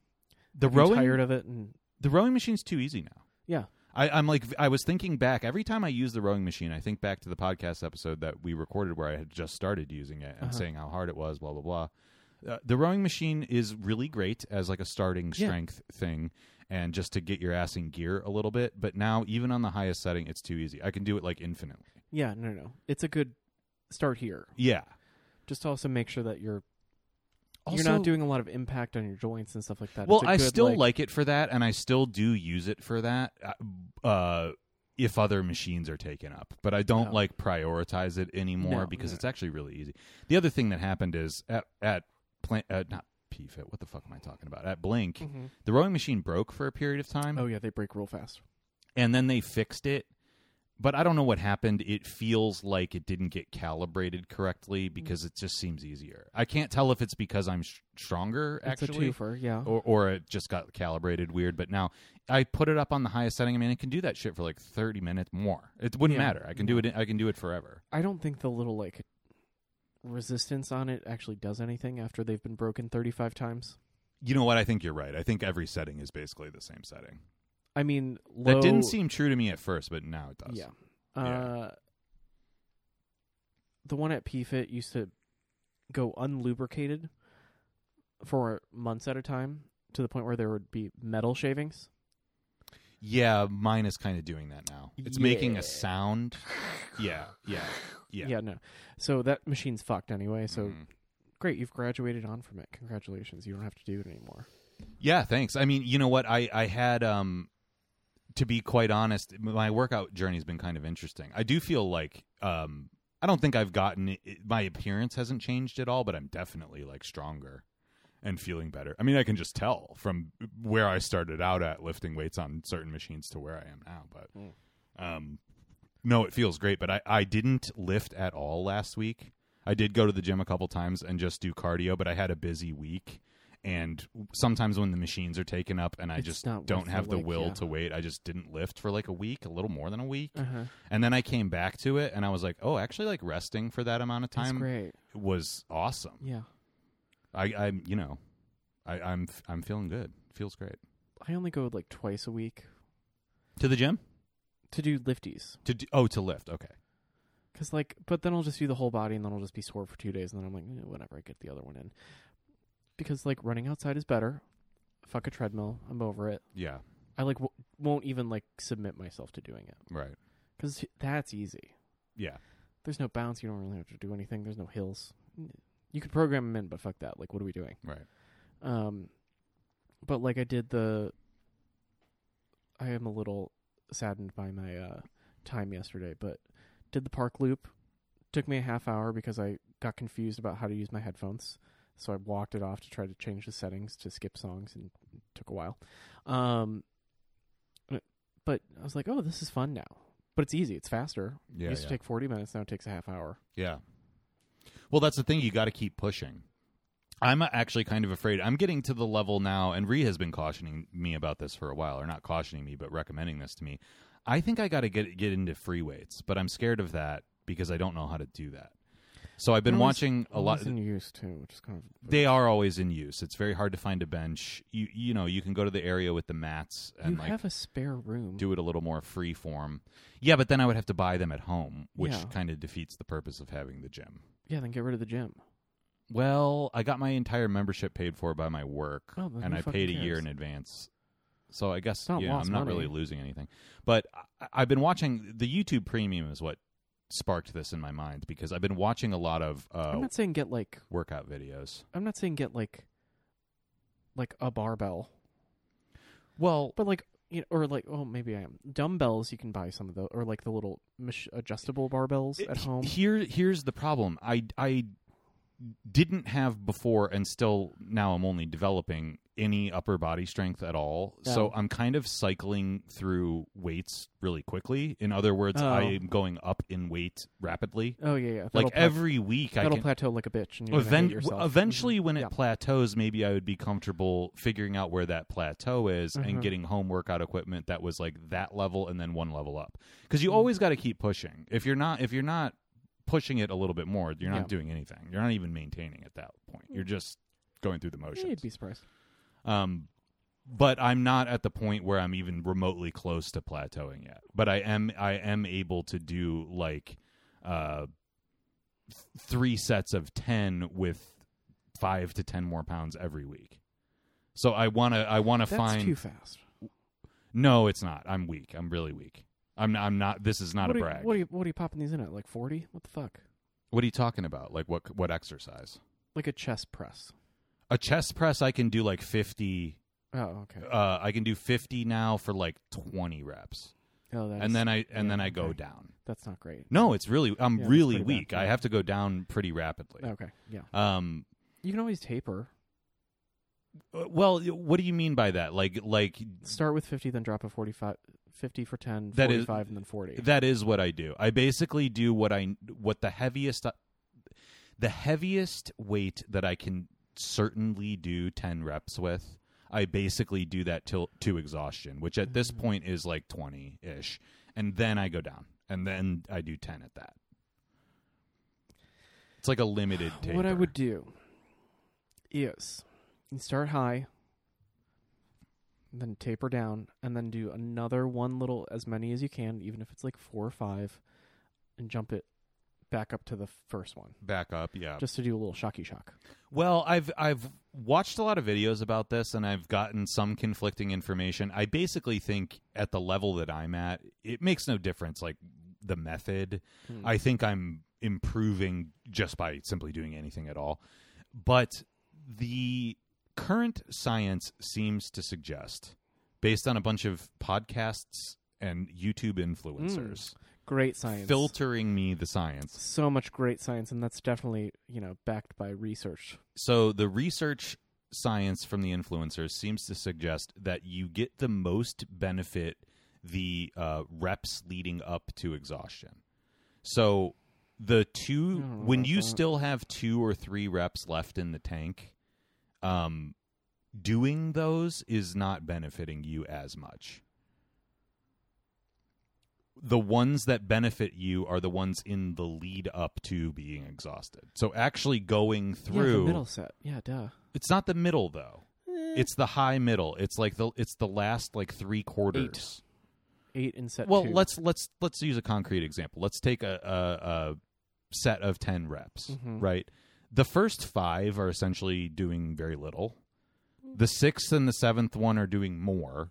[SPEAKER 1] the
[SPEAKER 2] I'm
[SPEAKER 1] rowing
[SPEAKER 2] tired of it and
[SPEAKER 1] the rowing machine's too easy now
[SPEAKER 2] yeah.
[SPEAKER 1] I, I'm like I was thinking back every time I use the rowing machine. I think back to the podcast episode that we recorded where I had just started using it and
[SPEAKER 2] Uh-huh.
[SPEAKER 1] saying how hard it was. Blah blah blah. Uh, the rowing machine is really great as like a starting
[SPEAKER 2] Yeah.
[SPEAKER 1] strength thing and just to get your ass in gear a little bit. But now even on the highest setting, it's too easy. I can do it like infinitely.
[SPEAKER 2] Yeah, no, no. It's a good start here.
[SPEAKER 1] Yeah.
[SPEAKER 2] Just to also make sure that you're you're
[SPEAKER 1] Also-
[SPEAKER 2] not doing a lot of impact on your joints and stuff like that.
[SPEAKER 1] Well,
[SPEAKER 2] It's a
[SPEAKER 1] I
[SPEAKER 2] good,
[SPEAKER 1] still like,
[SPEAKER 2] like
[SPEAKER 1] it for that, and I still do use it for that. uh, Uh, if other machines are taken up, but I don't
[SPEAKER 2] No.
[SPEAKER 1] like prioritize it anymore
[SPEAKER 2] No,
[SPEAKER 1] because
[SPEAKER 2] no.
[SPEAKER 1] it's actually really easy. The other thing that happened is at at plant uh, not PFIT. What the fuck am I talking about? At Blink,
[SPEAKER 2] Mhm.
[SPEAKER 1] the rowing machine broke for a period of time,
[SPEAKER 2] Oh yeah, they break real fast.
[SPEAKER 1] and then they fixed it. But I don't know what happened. It feels like it didn't get calibrated correctly because
[SPEAKER 2] Mm.
[SPEAKER 1] it just seems easier. I can't tell if it's because I'm sh- stronger. Actually,
[SPEAKER 2] it's a twofer, yeah.
[SPEAKER 1] or, or it just got calibrated weird. But now I put it up on the highest setting. I mean, it can do that shit for like thirty minutes more. It wouldn't
[SPEAKER 2] Yeah.
[SPEAKER 1] matter. I can do it. I can do it forever.
[SPEAKER 2] I don't think the little like resistance on it actually does anything after they've been broken 35 times.
[SPEAKER 1] You know what? I think you're right. I think every setting is basically the same setting.
[SPEAKER 2] I mean, low,
[SPEAKER 1] That didn't seem true to me at first, but now it does.
[SPEAKER 2] Yeah.
[SPEAKER 1] Yeah.
[SPEAKER 2] Uh, the one at PFIT used to go unlubricated for months at a time to the point where there would be metal shavings.
[SPEAKER 1] Yeah, mine is kind of doing that now. It's making
[SPEAKER 2] Yeah.
[SPEAKER 1] a
[SPEAKER 2] [SIGHS]
[SPEAKER 1] sound. Yeah, yeah, yeah.
[SPEAKER 2] no. So that machine's fucked anyway. So
[SPEAKER 1] Mhm.
[SPEAKER 2] great, you've graduated on from it. Congratulations. You don't have to do it anymore.
[SPEAKER 1] Yeah, thanks. I mean, you know what? I I had um to be quite honest, my workout journey's been kind of interesting. I do feel like um I don't think I've gotten it, my appearance hasn't changed at all, but I'm definitely like stronger and feeling better. I mean, I can just tell from where I started out at lifting weights on certain machines to where I am now, but
[SPEAKER 2] Hmm.
[SPEAKER 1] um no, it feels great, but I I didn't lift at all last week. I did go to the gym a couple times and just do cardio, but I had a busy week and sometimes when the machines are taken up and I
[SPEAKER 2] It's
[SPEAKER 1] just
[SPEAKER 2] not worth
[SPEAKER 1] don't
[SPEAKER 2] the
[SPEAKER 1] have the
[SPEAKER 2] wait,
[SPEAKER 1] will
[SPEAKER 2] yeah.
[SPEAKER 1] to wait, I just didn't lift for like a week, a little more than a week.
[SPEAKER 2] Uh-huh.
[SPEAKER 1] And then I came back to it and I was like, "Oh, actually like resting for that amount of
[SPEAKER 2] That's
[SPEAKER 1] time
[SPEAKER 2] great.
[SPEAKER 1] was awesome."
[SPEAKER 2] Yeah.
[SPEAKER 1] I I'm, you know, I I'm I'm feeling good. Feels great.
[SPEAKER 2] I only go like twice a week
[SPEAKER 1] To the gym?
[SPEAKER 2] to do lifties.
[SPEAKER 1] To do, oh, to lift. Okay.
[SPEAKER 2] Cause like, but then I'll just do the whole body, and then I'll just be sore for two days, and then I'm like, eh, whatever, I get the other one in. Because like running outside is better. Fuck a treadmill, I'm over it.
[SPEAKER 1] Yeah.
[SPEAKER 2] I like w- won't even like submit myself to doing it
[SPEAKER 1] Right.
[SPEAKER 2] because that's easy.
[SPEAKER 1] Yeah.
[SPEAKER 2] There's no bounce. You don't really have to do anything. There's no hills. You You could program them in, but fuck that. Like, what are we doing?
[SPEAKER 1] Right.
[SPEAKER 2] Um, but like I did the. I am a little saddened by my uh, time yesterday, but did the park loop. Took me a half hour because I got confused about how to use my headphones, so I walked it off to try to change the settings to skip songs, and it took a while. Um, but I was like, oh, this is fun now. But it's easy. It's faster.
[SPEAKER 1] Yeah.
[SPEAKER 2] it used
[SPEAKER 1] yeah.
[SPEAKER 2] to take forty minutes. Now it takes a half hour.
[SPEAKER 1] Yeah. Well, that's the thing. You got to keep pushing. I'm actually kind of afraid. I'm getting to the level now, and Ree has been cautioning me about this for a while, or not cautioning me, but recommending this to me. I think I got to get get into free weights, but I'm scared of that because I don't know how to do that. So I've been
[SPEAKER 2] When was-
[SPEAKER 1] watching a lot.
[SPEAKER 2] in use too, which is kind of
[SPEAKER 1] They are always in use. It's very hard to find a bench. You you know you can go to the area with the mats and
[SPEAKER 2] you
[SPEAKER 1] like
[SPEAKER 2] have a spare room.
[SPEAKER 1] do it a little more free form. Yeah, but then I would have to buy them at home, which
[SPEAKER 2] Yeah.
[SPEAKER 1] kind of defeats the purpose of having the gym.
[SPEAKER 2] yeah, then get rid of the gym.
[SPEAKER 1] Well, I got my entire membership paid for by my work,
[SPEAKER 2] Oh, then
[SPEAKER 1] and
[SPEAKER 2] who
[SPEAKER 1] I
[SPEAKER 2] fucking
[SPEAKER 1] paid a year
[SPEAKER 2] cares?
[SPEAKER 1] in advance. So I guess
[SPEAKER 2] It's not
[SPEAKER 1] yeah, I'm
[SPEAKER 2] lost
[SPEAKER 1] not
[SPEAKER 2] money.
[SPEAKER 1] really losing anything. But I, I've been watching the YouTube Premium is what sparked this in my mind because I've been watching a lot of uh,
[SPEAKER 2] I'm not saying get like
[SPEAKER 1] workout videos.
[SPEAKER 2] I'm not saying get like like a barbell,
[SPEAKER 1] Well,
[SPEAKER 2] but like you know, or like oh maybe I am dumbbells. You can buy some of those, or like the little mach- adjustable barbells
[SPEAKER 1] [LAUGHS]
[SPEAKER 2] at
[SPEAKER 1] It-
[SPEAKER 2] home.
[SPEAKER 1] Here, here's the problem. I, I didn't have before, and still now I'm only developing any upper body strength at all. So
[SPEAKER 2] Oh.
[SPEAKER 1] I'm kind of cycling through weights really quickly. In other words,
[SPEAKER 2] Oh.
[SPEAKER 1] I am going up in weight rapidly.
[SPEAKER 2] oh yeah, yeah.
[SPEAKER 1] like
[SPEAKER 2] That'll pla-
[SPEAKER 1] every week, I
[SPEAKER 2] that'll
[SPEAKER 1] can.
[SPEAKER 2] plateau like a bitch, and you're gonna
[SPEAKER 1] Even-
[SPEAKER 2] hate yourself. Mm-hmm.
[SPEAKER 1] eventually, when it
[SPEAKER 2] Yeah.
[SPEAKER 1] plateaus, maybe I would be comfortable figuring out where that plateau is and
[SPEAKER 2] Mhm.
[SPEAKER 1] getting home workout equipment that was like that level and then one level up. Because
[SPEAKER 2] Mm-hmm.
[SPEAKER 1] you always got to keep pushing. If you're not, if you're not pushing it a little bit more, you're not
[SPEAKER 2] Yeah.
[SPEAKER 1] doing anything. You're not even maintaining at that point. You're just going through the
[SPEAKER 2] Yeah,
[SPEAKER 1] motions.
[SPEAKER 2] you'd be surprised.
[SPEAKER 1] Um, but I'm not at the point where I'm even remotely close to plateauing yet. But I am I am able to do like uh th- three sets of 10 with 5 to 10 more pounds every week. So I want to I want to
[SPEAKER 2] That's
[SPEAKER 1] find
[SPEAKER 2] too fast.
[SPEAKER 1] No, it's not. I'm weak. I'm really weak. I'm not, I'm not this is not
[SPEAKER 2] what
[SPEAKER 1] a
[SPEAKER 2] are
[SPEAKER 1] brag.
[SPEAKER 2] You, what are you what are you popping these in at? Like forty? What the fuck?
[SPEAKER 1] what are you talking about? Like what what exercise?
[SPEAKER 2] Like a chest press.
[SPEAKER 1] A chest press I can do like 50
[SPEAKER 2] Oh okay.
[SPEAKER 1] uh I can do 50 now for like 20 reps.
[SPEAKER 2] Oh, that's,
[SPEAKER 1] and then I and
[SPEAKER 2] yeah,
[SPEAKER 1] then I go
[SPEAKER 2] okay.
[SPEAKER 1] down.
[SPEAKER 2] that's not great.
[SPEAKER 1] No, it's really I'm
[SPEAKER 2] Yeah, that's
[SPEAKER 1] really
[SPEAKER 2] pretty bad.
[SPEAKER 1] weak. I
[SPEAKER 2] Yeah.
[SPEAKER 1] have to go down pretty rapidly.
[SPEAKER 2] Okay, yeah.
[SPEAKER 1] Um
[SPEAKER 2] You can always taper.
[SPEAKER 1] uh, well, what do you mean by that? Like like
[SPEAKER 2] Start with 50, then drop a 45, 50 for 10,
[SPEAKER 1] That is-
[SPEAKER 2] 45, and then 40.
[SPEAKER 1] that is what I do. I basically do what I what the heaviest uh, the heaviest weight that I can certainly do 10 reps with. I basically do that till to exhaustion, which at
[SPEAKER 2] Mm-hmm.
[SPEAKER 1] this point is like 20ish, and then I go down. And then I do 10 at that. It's like a limited taper.
[SPEAKER 2] what I would do is you start high, and then taper down, and then do another one little, as many as you can, even if it's like four or five, and jump it back up to the first one,
[SPEAKER 1] back up, yeah.
[SPEAKER 2] just to do a little shocky shock.
[SPEAKER 1] Well, I've I've watched a lot of videos about this and I've gotten some conflicting information. I basically think at the level that I'm at, it makes no difference like the method.
[SPEAKER 2] Hmm.
[SPEAKER 1] I think I'm improving just by simply doing anything at all. But the current science seems to suggest based on a bunch of podcasts and YouTube influencers
[SPEAKER 2] Great Hmm. science.
[SPEAKER 1] filtering me the science
[SPEAKER 2] so much great science, and that's definitely, you know, backed by research.
[SPEAKER 1] So the research science from the influencers seems to suggest that you get the most benefit the uh, reps leading up to exhaustion. So the two
[SPEAKER 2] don't know
[SPEAKER 1] when
[SPEAKER 2] about
[SPEAKER 1] you
[SPEAKER 2] that.
[SPEAKER 1] still have two or three reps left in the tank, um, doing those is not benefiting you as much. The ones that benefit you are the ones in the lead up to being exhausted. So actually going
[SPEAKER 2] Yeah, the
[SPEAKER 1] through
[SPEAKER 2] middle set. Yeah, duh.
[SPEAKER 1] it's not the middle though.
[SPEAKER 2] Eh.
[SPEAKER 1] It's the high middle. It's like the it's the last like three quarters.
[SPEAKER 2] eight and set
[SPEAKER 1] Well,
[SPEAKER 2] two.
[SPEAKER 1] let's let's let's use a concrete example. Let's take a a, a set of ten reps,
[SPEAKER 2] Mhm.
[SPEAKER 1] right? The first five are essentially doing very little. The sixth and the seventh one are doing more.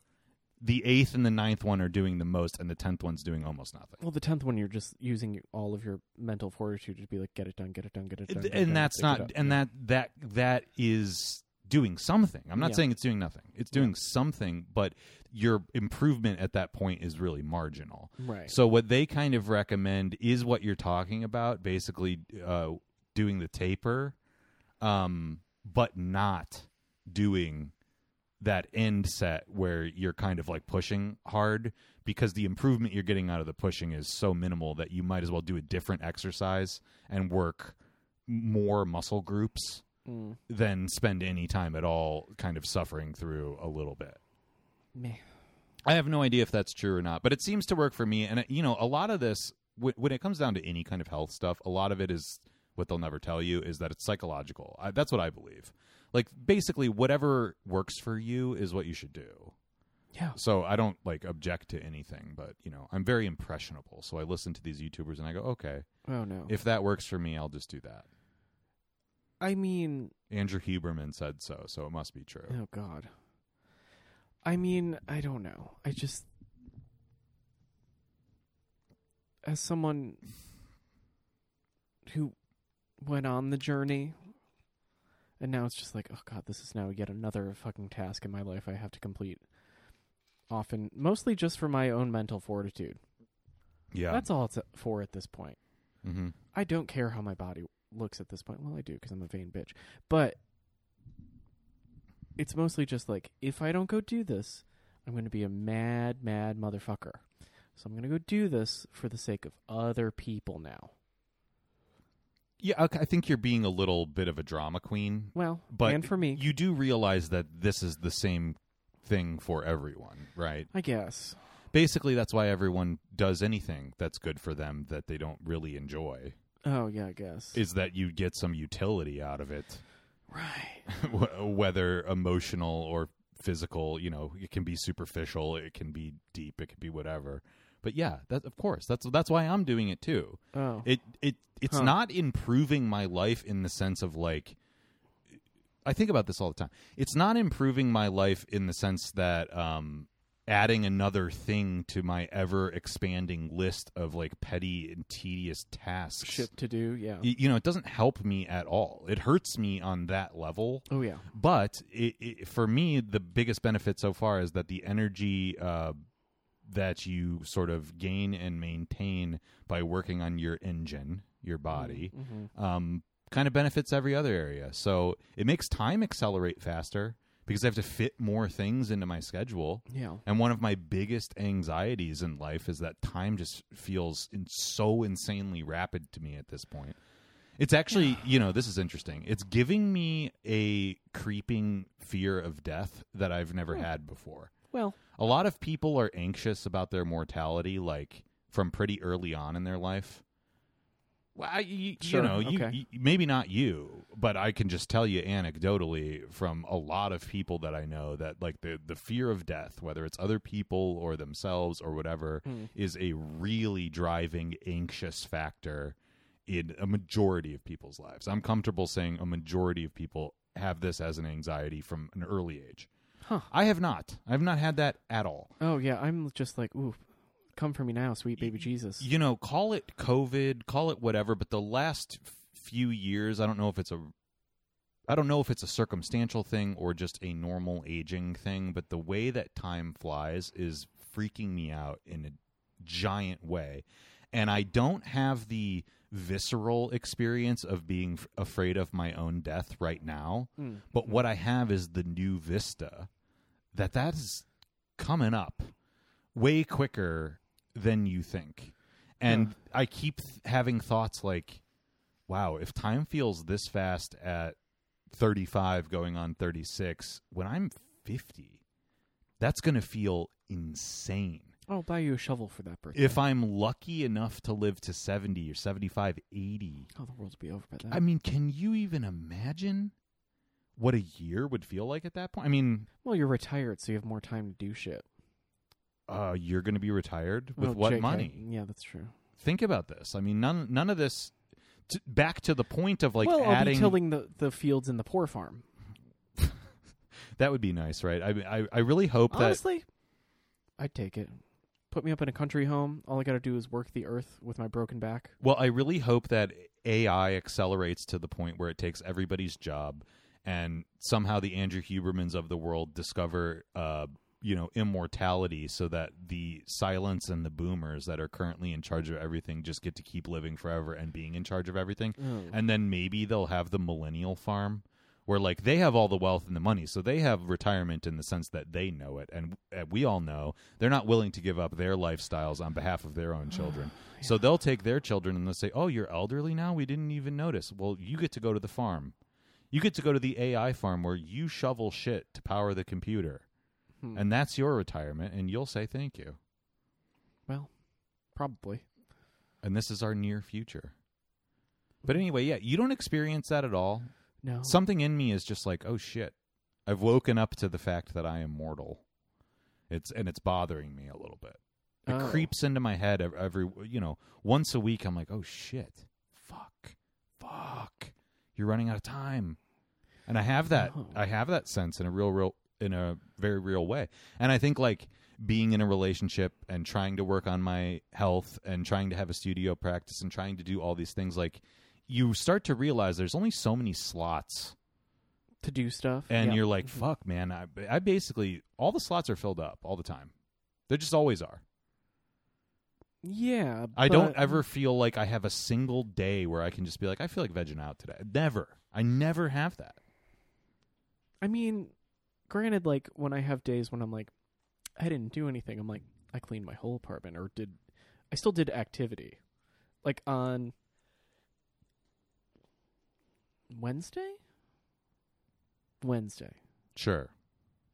[SPEAKER 1] the eighth and the ninth one are doing the most, and the tenth one's doing almost nothing.
[SPEAKER 2] Well, the tenth one, you're just using all of your mental fortitude to be like, get it done, get it done, get it done. get it done,
[SPEAKER 1] and that's
[SPEAKER 2] get it
[SPEAKER 1] not
[SPEAKER 2] done."
[SPEAKER 1] and that that that is doing something i'm not
[SPEAKER 2] Yeah.
[SPEAKER 1] saying it's doing nothing it's doing something but your improvement at that point is really marginal
[SPEAKER 2] right.
[SPEAKER 1] so what they kind of recommend is what you're talking about basically uh, doing the taper um, but not doing that end set where you're kind of like pushing hard because the improvement you're getting out of the pushing is so minimal that you might as well do a different exercise and work more muscle groups
[SPEAKER 2] Mm.
[SPEAKER 1] than spend any time at all kind of suffering through a little bit.
[SPEAKER 2] Meh.
[SPEAKER 1] I have no idea if that's true or not, but it seems to work for me. And uh, you know, a lot of this, w- when it comes down to any kind of health stuff, a lot of it is what they'll never tell you is that it's psychological. I, that's what I believe. Like basically, whatever works for you is what you should do.
[SPEAKER 2] Yeah.
[SPEAKER 1] So I don't like object to anything, but you know, I'm very impressionable. So I listen to these YouTubers and I go, okay,
[SPEAKER 2] Oh no.
[SPEAKER 1] if that works for me, I'll just do that.
[SPEAKER 2] I mean,
[SPEAKER 1] Andrew Huberman said so, so it must be true.
[SPEAKER 2] oh god. I mean, I don't know. I just, as someone who went on the journey, and now it's just like, oh god, this is now yet another fucking task in my life I have to complete. Often, mostly just for my own mental fortitude.
[SPEAKER 1] Yeah.
[SPEAKER 2] That's all it's for at this point.
[SPEAKER 1] mm-hmm.
[SPEAKER 2] I don't care how my body looks at this point. Well, I do because I'm a vain bitch. But it's mostly just like if I don't go do this, I'm going to be a mad, mad motherfucker. So I'm going to go do this for the sake of other people now.
[SPEAKER 1] Yeah, okay, I think you're being a little bit of a drama queen,
[SPEAKER 2] Well,
[SPEAKER 1] but
[SPEAKER 2] and for me,
[SPEAKER 1] you do realize that this is the same thing for everyone, right?
[SPEAKER 2] I guess.
[SPEAKER 1] Basically, that's why everyone does anything that's good for them that they don't really enjoy
[SPEAKER 2] Oh yeah, I guess.
[SPEAKER 1] is that you get some utility out of it, [LAUGHS]
[SPEAKER 2] right.
[SPEAKER 1] wh- whether emotional or physical, you know, it can be superficial, it can be deep, it can be whatever. But yeah, that of course. That's that's why I'm doing it too. [LAUGHS]
[SPEAKER 2] Oh,
[SPEAKER 1] It it it's
[SPEAKER 2] Huh.
[SPEAKER 1] not improving my life in the sense of like I think about this all the time. It's not improving my life in the sense that um adding another thing to my ever expanding list of like petty and tedious tasks.
[SPEAKER 2] shit to do. Yeah.
[SPEAKER 1] Y- You know, it doesn't help me at all. It hurts me on that level.
[SPEAKER 2] oh yeah.
[SPEAKER 1] But it, it, for me, the biggest benefit so far is that the energy uh, that you sort of gain and maintain by working on your engine, your body,
[SPEAKER 2] Mhm.
[SPEAKER 1] um, kind of benefits every other area. So it makes time accelerate faster because I have to fit more things into my schedule.
[SPEAKER 2] Yeah.
[SPEAKER 1] And one of my biggest anxieties in life is that time just feels in so insanely rapid to me at this point. It's actually, you know, this is interesting. It's giving me a creeping fear of death that I've never had before.
[SPEAKER 2] Well,
[SPEAKER 1] A lot of people are anxious about their mortality, like from pretty early on in their life. Well, I, you,
[SPEAKER 2] Sure,
[SPEAKER 1] you know, you,
[SPEAKER 2] okay.
[SPEAKER 1] you- maybe not you, but I can just tell you anecdotally from a lot of people that I know that like the the fear of death, whether it's other people or themselves or whatever,
[SPEAKER 2] Hmm.
[SPEAKER 1] is a really driving anxious factor in a majority of people's lives. I'm comfortable saying a majority of people have this as an anxiety from an early age.
[SPEAKER 2] Huh.
[SPEAKER 1] I have not. I've not had that at all.
[SPEAKER 2] oh yeah. I'm just like, ooh, come for me now, sweet baby Jesus.
[SPEAKER 1] You know, call it COVID, call it whatever, but the last f- few years, I don't know if it's a I don't know if it's a circumstantial thing or just a normal aging thing, but the way that time flies is freaking me out in a giant way. And I don't have the visceral experience of being f- afraid of my own death right now,
[SPEAKER 2] Mm.
[SPEAKER 1] but what I have is the new vista that that is coming up way quicker than you think. And I keep th- having thoughts like, wow, if time feels this fast at 35 going on 36, when I'm 50, that's going to feel insane.
[SPEAKER 2] I'll buy you a shovel for that birthday.
[SPEAKER 1] If I'm lucky enough to live to 70 or 75, 80,
[SPEAKER 2] Oh, the world's be over by then.
[SPEAKER 1] I mean, can you even imagine what a year would feel like at that point? I mean,
[SPEAKER 2] well, you're retired, so you have more time to do shit.
[SPEAKER 1] uh, you're going to be retired with
[SPEAKER 2] Oh,
[SPEAKER 1] what
[SPEAKER 2] JK.
[SPEAKER 1] money?
[SPEAKER 2] Yeah, that's true.
[SPEAKER 1] Think about this. I mean, none none of this. T- back to the point of like
[SPEAKER 2] well, I'll
[SPEAKER 1] adding
[SPEAKER 2] be tilling the, the fields in the poor farm.
[SPEAKER 1] that would be nice, right? I I, I really hope that
[SPEAKER 2] Honestly, I'd take it. Put me up in a country home. All I got to do is work the earth with my broken back.
[SPEAKER 1] Well, I really hope that AI accelerates to the point where it takes everybody's job, and somehow the Andrew Hubermans of the world discover, uh, you know, immortality, so that the silence and the boomers that are currently in charge of everything just get to keep living forever and being in charge of everything,
[SPEAKER 2] Oh,
[SPEAKER 1] and then maybe they'll have the millennial farm. Where like they have all the wealth and the money, so they have retirement in the sense that they know it, and uh, we all know they're not willing to give up their lifestyles on behalf of their own children. So they'll take their children and they'll say, "Oh, you're elderly now. We didn't even notice." Well, you get to go to the farm. You get to go to the AI farm where you shovel shit to power the computer.
[SPEAKER 2] Hmm.
[SPEAKER 1] And that's your retirement and you'll say thank you.
[SPEAKER 2] Well, probably.
[SPEAKER 1] And this is our near future. But anyway, yeah, you don't experience that at all.
[SPEAKER 2] No.
[SPEAKER 1] Something in me is just like, "Oh shit. I've woken up to the fact that I am mortal." It's and it's bothering me a little bit. It
[SPEAKER 2] Oh.
[SPEAKER 1] creeps into my head ev- every you know once a week. I'm like, oh shit, fuck, fuck, you're running out of time, and I have that
[SPEAKER 2] Oh.
[SPEAKER 1] I have that sense in a real real in a very real way, and I think like being in a relationship and trying to work on my health and trying to have a studio practice and trying to do all these things like you start to realize there's only so many slots
[SPEAKER 2] to do stuff.
[SPEAKER 1] and
[SPEAKER 2] Yeah. Mm-hmm.
[SPEAKER 1] you're like fuck man I, I basically all the slots are filled up all the time they just always are
[SPEAKER 2] Yeah.
[SPEAKER 1] I don't
[SPEAKER 2] but-
[SPEAKER 1] ever feel like I have a single day where I can just be like, I feel like vegging out today. Never. I never have that.
[SPEAKER 2] I mean, granted, like when I have days when I'm like, I didn't do anything. I'm like, I cleaned my whole apartment, or did I still did activity, like on Wednesday. Wednesday,
[SPEAKER 1] Sure.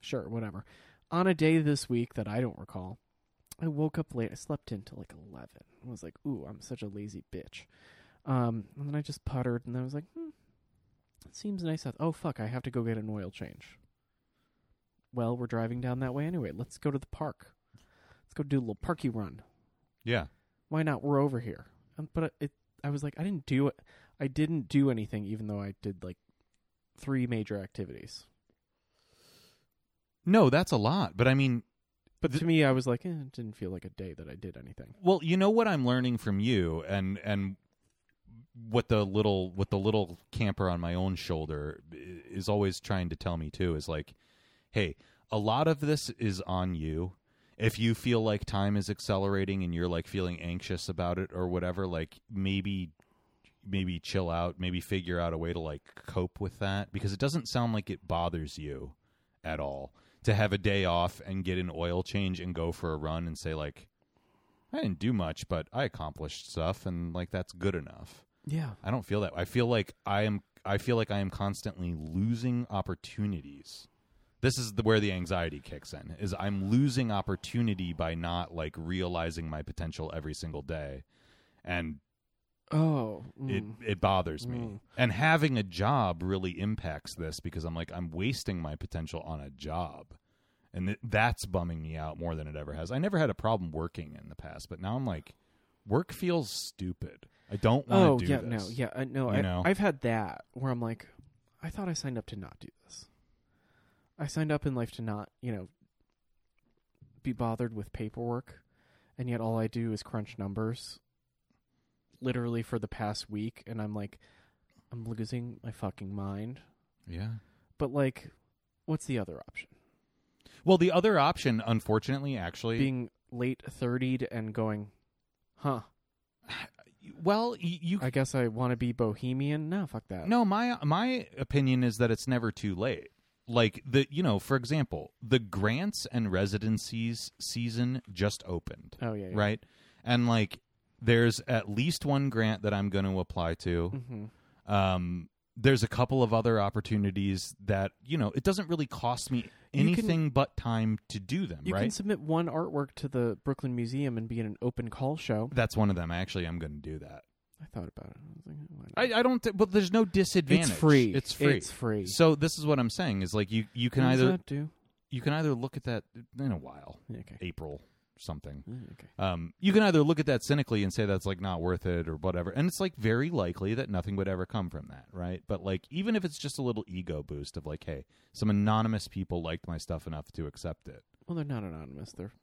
[SPEAKER 2] sure, whatever. On a day this week that I don't recall, I woke up late. I slept in till like eleven. I was like, "Ooh, I'm such a lazy bitch." Um, and then I just puttered, and I was like, "Hmm, it seems nice out." Oh fuck, I have to go get an oil change. Well, we're driving down that way anyway. Let's go to the park. Let's go do a little parky run.
[SPEAKER 1] Yeah.
[SPEAKER 2] Why not? We're over here. Um, but it, I was like, I didn't do it. I didn't do anything, even though I did like three major activities.
[SPEAKER 1] No, that's a lot. But I mean,
[SPEAKER 2] But to me, I was like, eh, it didn't feel like a day that I did anything.
[SPEAKER 1] well, you know what I'm learning from you and and what the little what the little camper on my own shoulder i- is always trying to tell me too is like, hey, a lot of this is on you. If you feel like time is accelerating and you're like feeling anxious about it or whatever, like maybe maybe chill out, maybe figure out a way to like cope with that because it doesn't sound like it bothers you at all to have a day off and get an oil change and go for a run and say like I didn't do much, but I accomplished stuff and like that's good enough.
[SPEAKER 2] Yeah.
[SPEAKER 1] I don't feel that. I feel like I am I feel like I am constantly losing opportunities. This is the, where the anxiety kicks in. Is I'm losing opportunity by not like realizing my potential every single day. And
[SPEAKER 2] Oh.
[SPEAKER 1] it
[SPEAKER 2] mm.
[SPEAKER 1] it bothers me.
[SPEAKER 2] Mm.
[SPEAKER 1] And having a job really impacts this because I'm like I'm wasting my potential on a job, and th- that's bumming me out more than it ever has. I never had a problem working in the past, but now I'm like, work feels stupid. I don't want to
[SPEAKER 2] oh
[SPEAKER 1] do
[SPEAKER 2] yeah,
[SPEAKER 1] this.
[SPEAKER 2] no, yeah, I no,
[SPEAKER 1] you
[SPEAKER 2] I,
[SPEAKER 1] know?
[SPEAKER 2] I've had that where I'm like, I thought I signed up to not do this. I signed up in life to not, you know, be bothered with paperwork, and yet all I do is crunch numbers, literally for the past week, and I'm like, I'm losing my fucking mind.
[SPEAKER 1] yeah.
[SPEAKER 2] But like, what's the other option?
[SPEAKER 1] Well, the other option, unfortunately, actually,
[SPEAKER 2] Being late thirtied and going, huh?
[SPEAKER 1] well, y- you
[SPEAKER 2] I guess I want to be bohemian. No, fuck that.
[SPEAKER 1] No, my my opinion is that it's never too late. Like the you know, for example, the grants and residencies season just opened.
[SPEAKER 2] Oh yeah. yeah.
[SPEAKER 1] right? And like, there's at least one grant that I'm going to apply to.
[SPEAKER 2] Mm-hmm.
[SPEAKER 1] Um, there's a couple of other opportunities that you know it doesn't really cost me
[SPEAKER 2] You can-
[SPEAKER 1] anything but time to do them,
[SPEAKER 2] You
[SPEAKER 1] right?
[SPEAKER 2] can submit one artwork to the Brooklyn Museum and be in an open call show.
[SPEAKER 1] That's one of them. Actually, I'm going to do that.
[SPEAKER 2] I thought about it. I was like, oh, why not?
[SPEAKER 1] I, I don't. Th- but there's no disadvantage.
[SPEAKER 2] it's free.
[SPEAKER 1] It's free.
[SPEAKER 2] It's free.
[SPEAKER 1] so this is what I'm saying is like you you can
[SPEAKER 2] What does
[SPEAKER 1] either
[SPEAKER 2] that do?
[SPEAKER 1] you can either look at that in a while,
[SPEAKER 2] Yeah, Okay.
[SPEAKER 1] April something.
[SPEAKER 2] Yeah, Okay.
[SPEAKER 1] Um, you can either look at that cynically and say that's like not worth it or whatever, and it's like very likely that nothing would ever come from that, right? But like, even if it's just a little ego boost of like, hey, some anonymous people liked my stuff enough to accept it.
[SPEAKER 2] Well, they're not anonymous. They're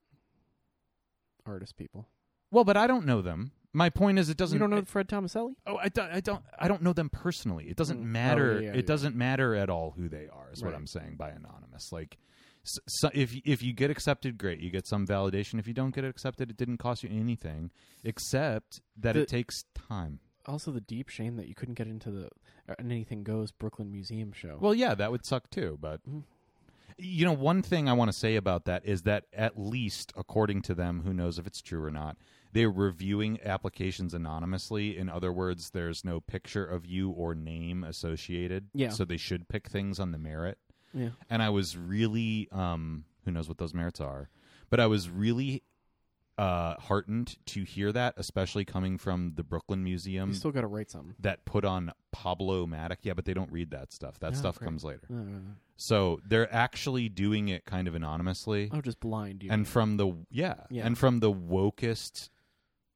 [SPEAKER 2] artist people.
[SPEAKER 1] Well, but I don't know them. My point is, it doesn't.
[SPEAKER 2] you don't know Fred Tomaselli?
[SPEAKER 1] Oh, I, do, I don't. I don't know them personally. It doesn't
[SPEAKER 2] Mm.
[SPEAKER 1] matter.
[SPEAKER 2] Oh, yeah,
[SPEAKER 1] it
[SPEAKER 2] yeah.
[SPEAKER 1] doesn't matter at all who they are. Is what
[SPEAKER 2] Right.
[SPEAKER 1] I'm saying by anonymous. Like, s so if if you get accepted, great. You get some validation. If you don't get accepted, it didn't cost you anything, except that
[SPEAKER 2] The-
[SPEAKER 1] it takes time.
[SPEAKER 2] Also, the deep shame that you couldn't get into the uh, an Anything Goes Brooklyn Museum show.
[SPEAKER 1] Well, yeah, that would suck too. But
[SPEAKER 2] Mhm.
[SPEAKER 1] you know, one thing I want to say about that is that at least, according to them, who knows if it's true or not, they're reviewing applications anonymously. In other words, there's no picture of you or name associated.
[SPEAKER 2] Yeah.
[SPEAKER 1] So they should pick things on the merit.
[SPEAKER 2] yeah.
[SPEAKER 1] And I was really, um, who knows what those merits are, but I was really. Uh, heartened to hear that, especially coming from the Brooklyn Museum
[SPEAKER 2] you still got to write something.
[SPEAKER 1] that put on Pablo Matic. Yeah, but they don't read that stuff. That
[SPEAKER 2] Oh,
[SPEAKER 1] stuff
[SPEAKER 2] great.
[SPEAKER 1] comes later.
[SPEAKER 2] Uh,
[SPEAKER 1] So they're actually doing it kind of anonymously,
[SPEAKER 2] I'll just blind you.
[SPEAKER 1] and from the yeah,
[SPEAKER 2] Oh, Yeah.
[SPEAKER 1] and from the wokest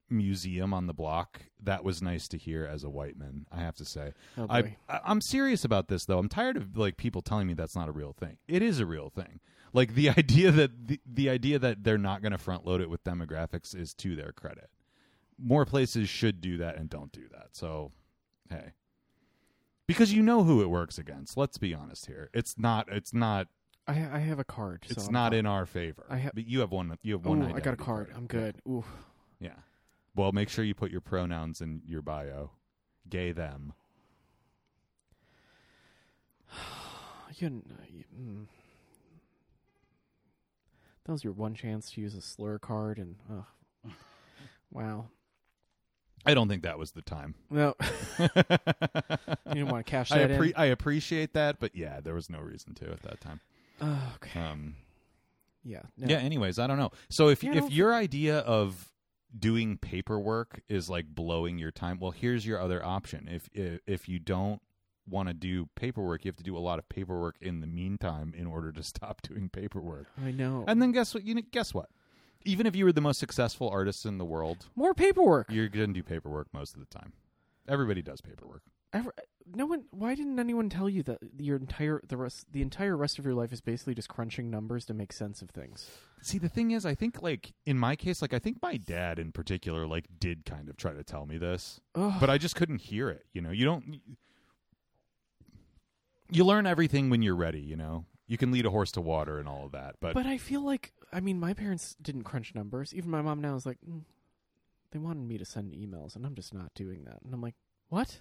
[SPEAKER 1] museum on the block. That was nice to hear as a white man. I have to say,
[SPEAKER 2] oh, boy.
[SPEAKER 1] I I- I'm serious about this though. I'm tired of like people telling me that's not a real thing. It is a real thing. Like the [LAUGHS] idea that the, the idea that they're not going to front load it with demographics is to their credit. More places should do that and don't do that. So, hey. Because you know who it works against. Let's be honest here. It's not it's not
[SPEAKER 2] I, I have a card.
[SPEAKER 1] it's
[SPEAKER 2] so I'm
[SPEAKER 1] not
[SPEAKER 2] fine.
[SPEAKER 1] in our favor.
[SPEAKER 2] I ha-
[SPEAKER 1] but you have one you have
[SPEAKER 2] Ooh,
[SPEAKER 1] one
[SPEAKER 2] Oh, I got a
[SPEAKER 1] identity
[SPEAKER 2] card. I'm good. Ooh,
[SPEAKER 1] Yeah. Well, make sure you put your pronouns in your bio. Gay them.
[SPEAKER 2] you, kn- you- mm. That was your one chance to use a slur card, and ugh.
[SPEAKER 1] [LAUGHS]
[SPEAKER 2] wow,
[SPEAKER 1] I don't think that was the time.
[SPEAKER 2] no, [LAUGHS]
[SPEAKER 1] [LAUGHS]
[SPEAKER 2] you didn't want to cash
[SPEAKER 1] I,
[SPEAKER 2] that
[SPEAKER 1] appre-
[SPEAKER 2] in.
[SPEAKER 1] I appreciate that, but yeah, there was no reason to at that time.
[SPEAKER 2] Oh, okay,
[SPEAKER 1] Um,
[SPEAKER 2] yeah, no.
[SPEAKER 1] yeah. Anyways, I don't know. So if
[SPEAKER 2] Yeah, I
[SPEAKER 1] if
[SPEAKER 2] don't-
[SPEAKER 1] your idea of doing paperwork is like blowing your time, well, here's your other option. If if, if you don't want to do paperwork, you have to do a lot of paperwork in the meantime in order to [LAUGHS] stop doing paperwork.
[SPEAKER 2] I know.
[SPEAKER 1] And then guess what? You know, guess what? Even if you were the most successful artist in the world,
[SPEAKER 2] More paperwork.
[SPEAKER 1] you're going to do paperwork most of the time. Everybody does paperwork.
[SPEAKER 2] Ever- no one. Why didn't anyone tell you that your entire the rest the entire rest of your life is basically just crunching numbers to make sense of things?
[SPEAKER 1] See, the thing is, I think like in my case, like I think my dad in particular, like did kind of try to tell me this,
[SPEAKER 2] Ugh.
[SPEAKER 1] but I just couldn't hear it. You know, you don't. You learn everything when you're ready. You know, you can lead a horse to water and all of that, but,
[SPEAKER 2] But I feel like I mean my parents didn't crunch numbers. Even my mom now is like, mm, they wanted me to send emails, and I'm just not doing that. And I'm like, what?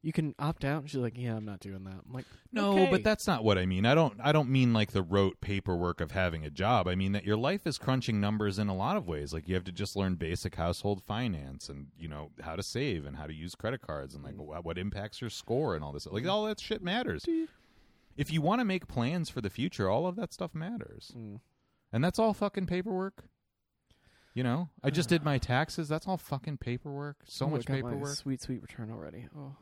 [SPEAKER 2] You can opt out. And she's like, yeah, I'm not doing that. I'm like,
[SPEAKER 1] no,
[SPEAKER 2] okay. [LAUGHS]
[SPEAKER 1] but that's not what I mean. I don't. I don't mean like the rote paperwork of having a job. I mean that your life is crunching numbers in a lot of ways. Like you have to just learn basic household finance and you know how to save and how to use credit cards and like
[SPEAKER 2] Mm.
[SPEAKER 1] wh- what impacts your score and all this. Like all that shit matters.
[SPEAKER 2] Do you-
[SPEAKER 1] if you want to make plans for the future, all of that stuff matters.
[SPEAKER 2] Mm.
[SPEAKER 1] And that's all fucking paperwork. You know, I just did my
[SPEAKER 2] [SIGHS]
[SPEAKER 1] taxes. That's all fucking paperwork. So
[SPEAKER 2] Oh, I
[SPEAKER 1] much
[SPEAKER 2] got my
[SPEAKER 1] paperwork.
[SPEAKER 2] Sweet, sweet return already. Oh,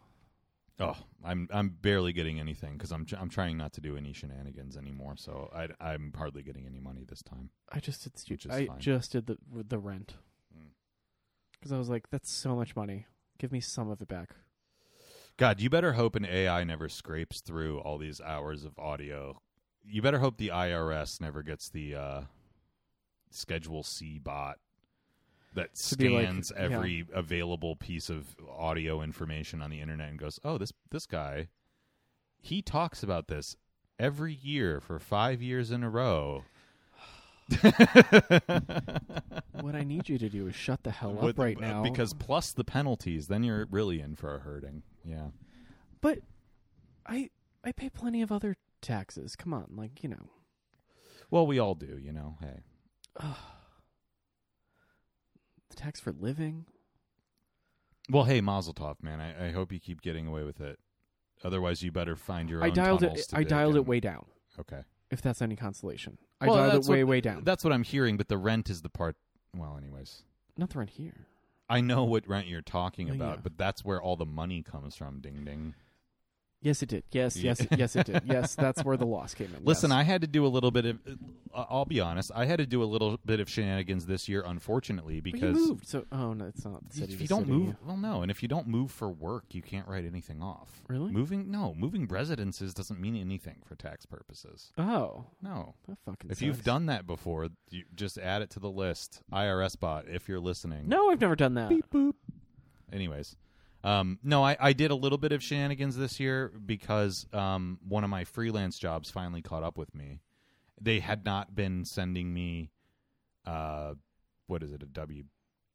[SPEAKER 1] Oh, I'm I'm barely getting anything because I'm I'm trying not to do any shenanigans anymore. So I I'm hardly getting any money this time.
[SPEAKER 2] I just did. stu-
[SPEAKER 1] Which is
[SPEAKER 2] I
[SPEAKER 1] fine.
[SPEAKER 2] just did the with the rent Hmm.
[SPEAKER 1] Mm.
[SPEAKER 2] because I was like, that's so much money. Give me some of it back.
[SPEAKER 1] God, you better hope an AI never scrapes through all these hours of audio. You better hope the IRS never gets the uh, Schedule C bot that
[SPEAKER 2] To be like-
[SPEAKER 1] scans
[SPEAKER 2] yeah.
[SPEAKER 1] every available piece of audio information on the internet and goes, "Oh, this this guy, he talks about this every year for five years in a row."
[SPEAKER 2] what I need you to do is shut
[SPEAKER 1] [LAUGHS]
[SPEAKER 2] the hell up
[SPEAKER 1] With- uh,
[SPEAKER 2] right now
[SPEAKER 1] because plus the penalties, then you're really in for a hurting. Yeah.
[SPEAKER 2] But I I pay plenty of other taxes. Come on, like you know.
[SPEAKER 1] Well, we all do, you know. Hey.
[SPEAKER 2] the tax for living.
[SPEAKER 1] Well, hey, Mazel Tov, man. I, I hope you keep getting away with it. Otherwise, you better find your
[SPEAKER 2] I
[SPEAKER 1] own
[SPEAKER 2] dialed
[SPEAKER 1] tunnels
[SPEAKER 2] it.
[SPEAKER 1] to
[SPEAKER 2] I
[SPEAKER 1] dig
[SPEAKER 2] dialed
[SPEAKER 1] in.
[SPEAKER 2] it way down.
[SPEAKER 1] Okay.
[SPEAKER 2] If that's any consolation,
[SPEAKER 1] Well,
[SPEAKER 2] I dialed
[SPEAKER 1] that's
[SPEAKER 2] it way
[SPEAKER 1] what-
[SPEAKER 2] way down.
[SPEAKER 1] That's what I'm hearing, but the rent is the part. Well, anyways,
[SPEAKER 2] Nothing right here.
[SPEAKER 1] I know what rent you're talking
[SPEAKER 2] Oh,
[SPEAKER 1] about,
[SPEAKER 2] yeah.
[SPEAKER 1] but that's where all the money comes from. Ding ding.
[SPEAKER 2] Yes, it did. Yes, yes, it- yes, it did. Yes, that's where the loss came in.
[SPEAKER 1] Listen,
[SPEAKER 2] yes.
[SPEAKER 1] I had to do a little bit of. I- I'll be honest. I had to do a little bit of shenanigans this year, unfortunately,
[SPEAKER 2] But
[SPEAKER 1] because
[SPEAKER 2] you moved. So, oh no, it's not. City
[SPEAKER 1] if
[SPEAKER 2] to
[SPEAKER 1] you don't
[SPEAKER 2] city.
[SPEAKER 1] move, well, no. And if you don't move for work, you can't write anything off.
[SPEAKER 2] Really?
[SPEAKER 1] Moving, no. Moving residences doesn't mean anything for tax purposes.
[SPEAKER 2] Oh,
[SPEAKER 1] No.
[SPEAKER 2] that fucking.
[SPEAKER 1] If you've
[SPEAKER 2] sucks.
[SPEAKER 1] done that before, you just add it to the list. IRS bot, if you're listening. Uh,
[SPEAKER 2] No, I've never done that.
[SPEAKER 1] Anyways, um, no, I, I did a little bit of shenanigans this year because um, one of my freelance jobs finally caught up with me. They had not been sending me, uh, what is it, a W,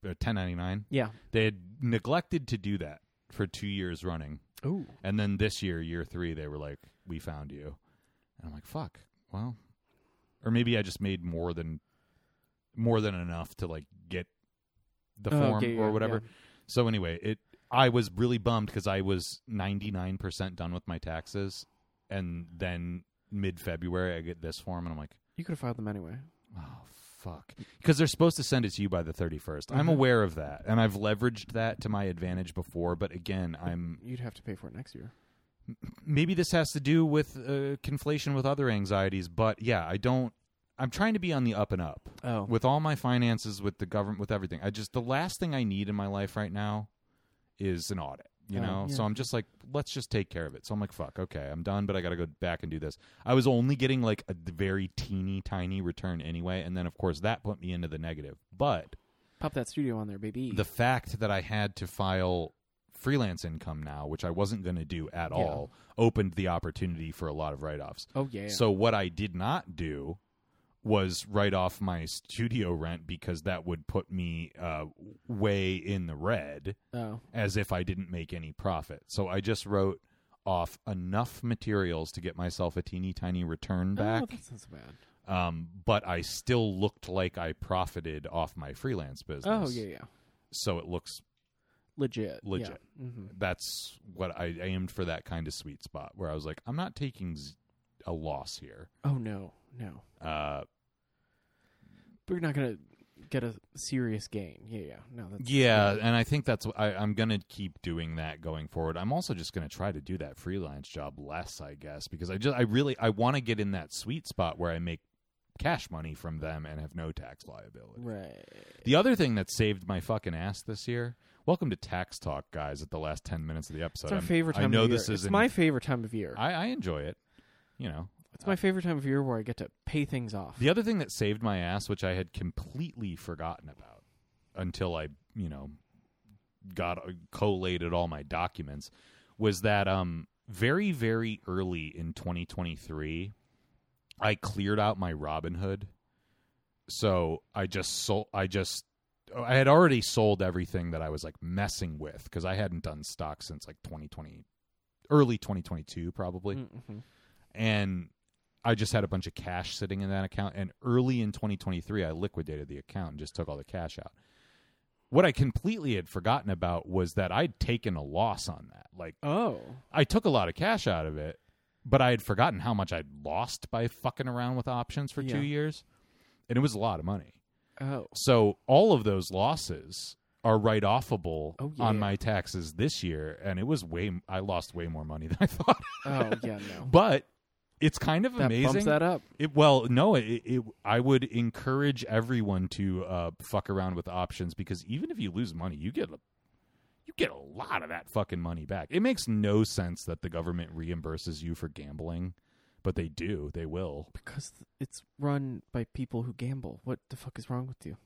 [SPEAKER 1] a 1099?
[SPEAKER 2] Yeah.
[SPEAKER 1] They had neglected to do that for two years running.
[SPEAKER 2] Ooh.
[SPEAKER 1] And then this year, year three, they were like, "We found you," and I'm like, "Fuck." Well, or maybe I just made more than more than enough to like get the
[SPEAKER 2] Oh,
[SPEAKER 1] form
[SPEAKER 2] okay,
[SPEAKER 1] or
[SPEAKER 2] yeah,
[SPEAKER 1] whatever.
[SPEAKER 2] yeah.
[SPEAKER 1] So anyway, it I was really bummed because I was 99 percent done with my taxes, and then mid February I get this form, and I'm like,
[SPEAKER 2] You could have filed them anyway.
[SPEAKER 1] "Oh." Fuck, because they're supposed to send it to you by the thirty I'm
[SPEAKER 2] Mhm.
[SPEAKER 1] aware of that, and I've leveraged that to my advantage before. But again, I'm
[SPEAKER 2] You'd have to pay for it next year.
[SPEAKER 1] maybe this has to do with uh, conflation with other anxieties, but yeah, I don't. I'm trying to be on the up and up
[SPEAKER 2] Oh.
[SPEAKER 1] with all my finances, with the government, with everything. I just the last thing I need in my life right now is an audit. You
[SPEAKER 2] Oh,
[SPEAKER 1] know, so
[SPEAKER 2] yeah.
[SPEAKER 1] I'm just like, let's just take care of it. So I'm like, fuck, okay, I'm done, but I got to go back and do this. I was only getting like a very teeny tiny return anyway, and then of course that put me into the negative. But
[SPEAKER 2] Pop that studio on there, baby.
[SPEAKER 1] the fact that I had to file freelance income now, which I wasn't going to do at
[SPEAKER 2] Yeah.
[SPEAKER 1] all, opened the opportunity for a lot of write offs.
[SPEAKER 2] oh yeah.
[SPEAKER 1] So, what I did not do was write off my studio rent because that would put me uh, way in the red
[SPEAKER 2] oh.
[SPEAKER 1] as if I didn't make any profit. So, I just wrote off enough materials to get myself a teeny tiny return back
[SPEAKER 2] Oh, that's not so bad.
[SPEAKER 1] um, but i still looked like i profited off my freelance business
[SPEAKER 2] Oh yeah, yeah.
[SPEAKER 1] so it looks
[SPEAKER 2] Legit. yeah.
[SPEAKER 1] Legit.
[SPEAKER 2] Mhm.
[SPEAKER 1] that's what I aimed for that kind of sweet spot where I was like, I'm not taking z- a loss here.
[SPEAKER 2] Oh no, no.
[SPEAKER 1] Uh,
[SPEAKER 2] But you're not gonna get a serious gain. Yeah, yeah. No, that's
[SPEAKER 1] yeah, and I think that's I, I'm gonna keep doing that going forward. I'm also just gonna try to do that freelance job less, I guess, because I just I really I want to get in that sweet spot where I make cash money from them and have no tax liability.
[SPEAKER 2] right.
[SPEAKER 1] The other thing that saved my fucking ass this year. Welcome to Tax Talk, guys. At the last ten minutes of the episode,
[SPEAKER 2] It's our
[SPEAKER 1] I'm-
[SPEAKER 2] favorite time
[SPEAKER 1] I know
[SPEAKER 2] of year.
[SPEAKER 1] this
[SPEAKER 2] it's
[SPEAKER 1] is
[SPEAKER 2] my favorite time of year.
[SPEAKER 1] I, I enjoy it. You know,
[SPEAKER 2] it's my favorite time of year where I get to pay things off.
[SPEAKER 1] The other thing that saved my ass, which I had completely forgotten about until I, you know, got uh, collated all my documents, was that um very very early in 2023, I cleared out my Robinhood. So I just sold. I just I had already sold everything that I was like messing with because I hadn't done stock since like 2020, early 2022 probably
[SPEAKER 2] Mm-hmm.
[SPEAKER 1] and I just had a bunch of cash sitting in that account. And early in 2023, I liquidated the account and just took all the cash out. What I completely had forgotten about was that I'd taken a loss on that. Like,
[SPEAKER 2] Oh,
[SPEAKER 1] I took a lot of cash out of it, but I had forgotten how much I'd lost by fucking around with options for
[SPEAKER 2] Yeah.
[SPEAKER 1] two years. And it was a lot of money.
[SPEAKER 2] oh,
[SPEAKER 1] So all of those losses are write offable
[SPEAKER 2] Oh,
[SPEAKER 1] on
[SPEAKER 2] yeah.
[SPEAKER 1] my taxes this year. And it was way, I lost way more money [LAUGHS] than I thought.
[SPEAKER 2] oh, yeah.
[SPEAKER 1] [LAUGHS]
[SPEAKER 2] No,
[SPEAKER 1] but it's kind of
[SPEAKER 2] that bumps
[SPEAKER 1] amazing.
[SPEAKER 2] that up.
[SPEAKER 1] It, well, no, it, it, I would encourage everyone to uh, fuck around with options because even if you lose money, you get a, you get a lot of that fucking money back. It makes no sense that the government reimburses you for gambling, but they do. They will.
[SPEAKER 2] Because th- it's run by people who gamble. What the fuck is wrong with you?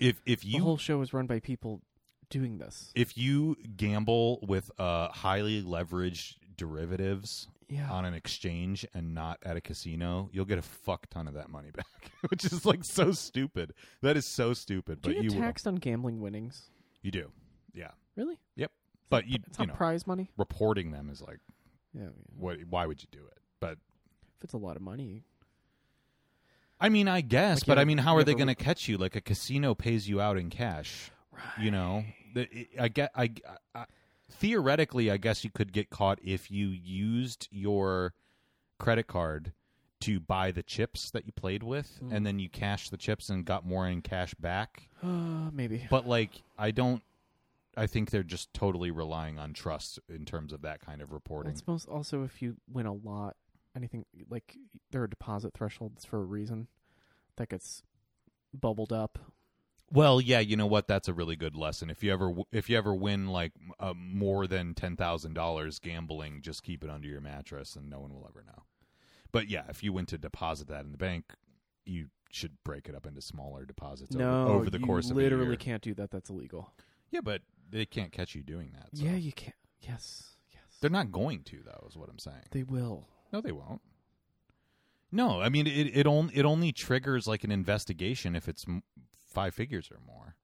[SPEAKER 1] If if
[SPEAKER 2] the
[SPEAKER 1] you
[SPEAKER 2] whole show is run by people doing this.
[SPEAKER 1] if you gamble with uh, highly leveraged derivatives
[SPEAKER 2] Yeah.
[SPEAKER 1] on an exchange and not at a casino, you'll get a fuck ton of that money back, [LAUGHS] which is like so stupid. That is so stupid.
[SPEAKER 2] Do
[SPEAKER 1] but
[SPEAKER 2] you
[SPEAKER 1] you
[SPEAKER 2] get
[SPEAKER 1] will.
[SPEAKER 2] taxed on gambling winnings?
[SPEAKER 1] You do. Yeah.
[SPEAKER 2] Really?
[SPEAKER 1] But you,
[SPEAKER 2] It's
[SPEAKER 1] you
[SPEAKER 2] not
[SPEAKER 1] know,
[SPEAKER 2] prize money.
[SPEAKER 1] reporting them is like,
[SPEAKER 2] Yeah. yeah.
[SPEAKER 1] what? Why would you do it? But
[SPEAKER 2] If it's a lot of money,
[SPEAKER 1] I mean, I guess.
[SPEAKER 2] Like, you
[SPEAKER 1] but I
[SPEAKER 2] have-
[SPEAKER 1] mean, how
[SPEAKER 2] you
[SPEAKER 1] are
[SPEAKER 2] have
[SPEAKER 1] they
[SPEAKER 2] a
[SPEAKER 1] going to catch you? Like a casino pays you out in cash.
[SPEAKER 2] right?
[SPEAKER 1] You know, The- it- I get. I, I theoretically, I guess you could get caught if you used your credit card to buy the chips that you played with,
[SPEAKER 2] Mm.
[SPEAKER 1] and then you cashed the chips and got more in cash back.
[SPEAKER 2] Uh, [GASPS] maybe.
[SPEAKER 1] But like, I don't. I think they're just totally relying on trust in terms of that kind of
[SPEAKER 2] Well,
[SPEAKER 1] reporting.
[SPEAKER 2] it's most also if you win a lot, anything like there are deposit thresholds for a reason that gets bubbled up.
[SPEAKER 1] Well, yeah, you know what? That's a really good lesson. If you ever w- if you ever win like m- uh, more than ten thousand dollars gambling, just keep it under your mattress, and no one will ever know. But yeah, if you went to deposit that in the bank, you should break it up into smaller deposits
[SPEAKER 2] no,
[SPEAKER 1] over, over the
[SPEAKER 2] you
[SPEAKER 1] course of
[SPEAKER 2] literally
[SPEAKER 1] a year.
[SPEAKER 2] can't do that. That's illegal.
[SPEAKER 1] Yeah, but they can't catch you doing that. So.
[SPEAKER 2] Yeah, you can't. Yes, yes.
[SPEAKER 1] they're not going to though. Is what I'm saying.
[SPEAKER 2] they will.
[SPEAKER 1] No, they won't. No, I mean it. It only it only triggers like an investigation if it's m- five figures or more.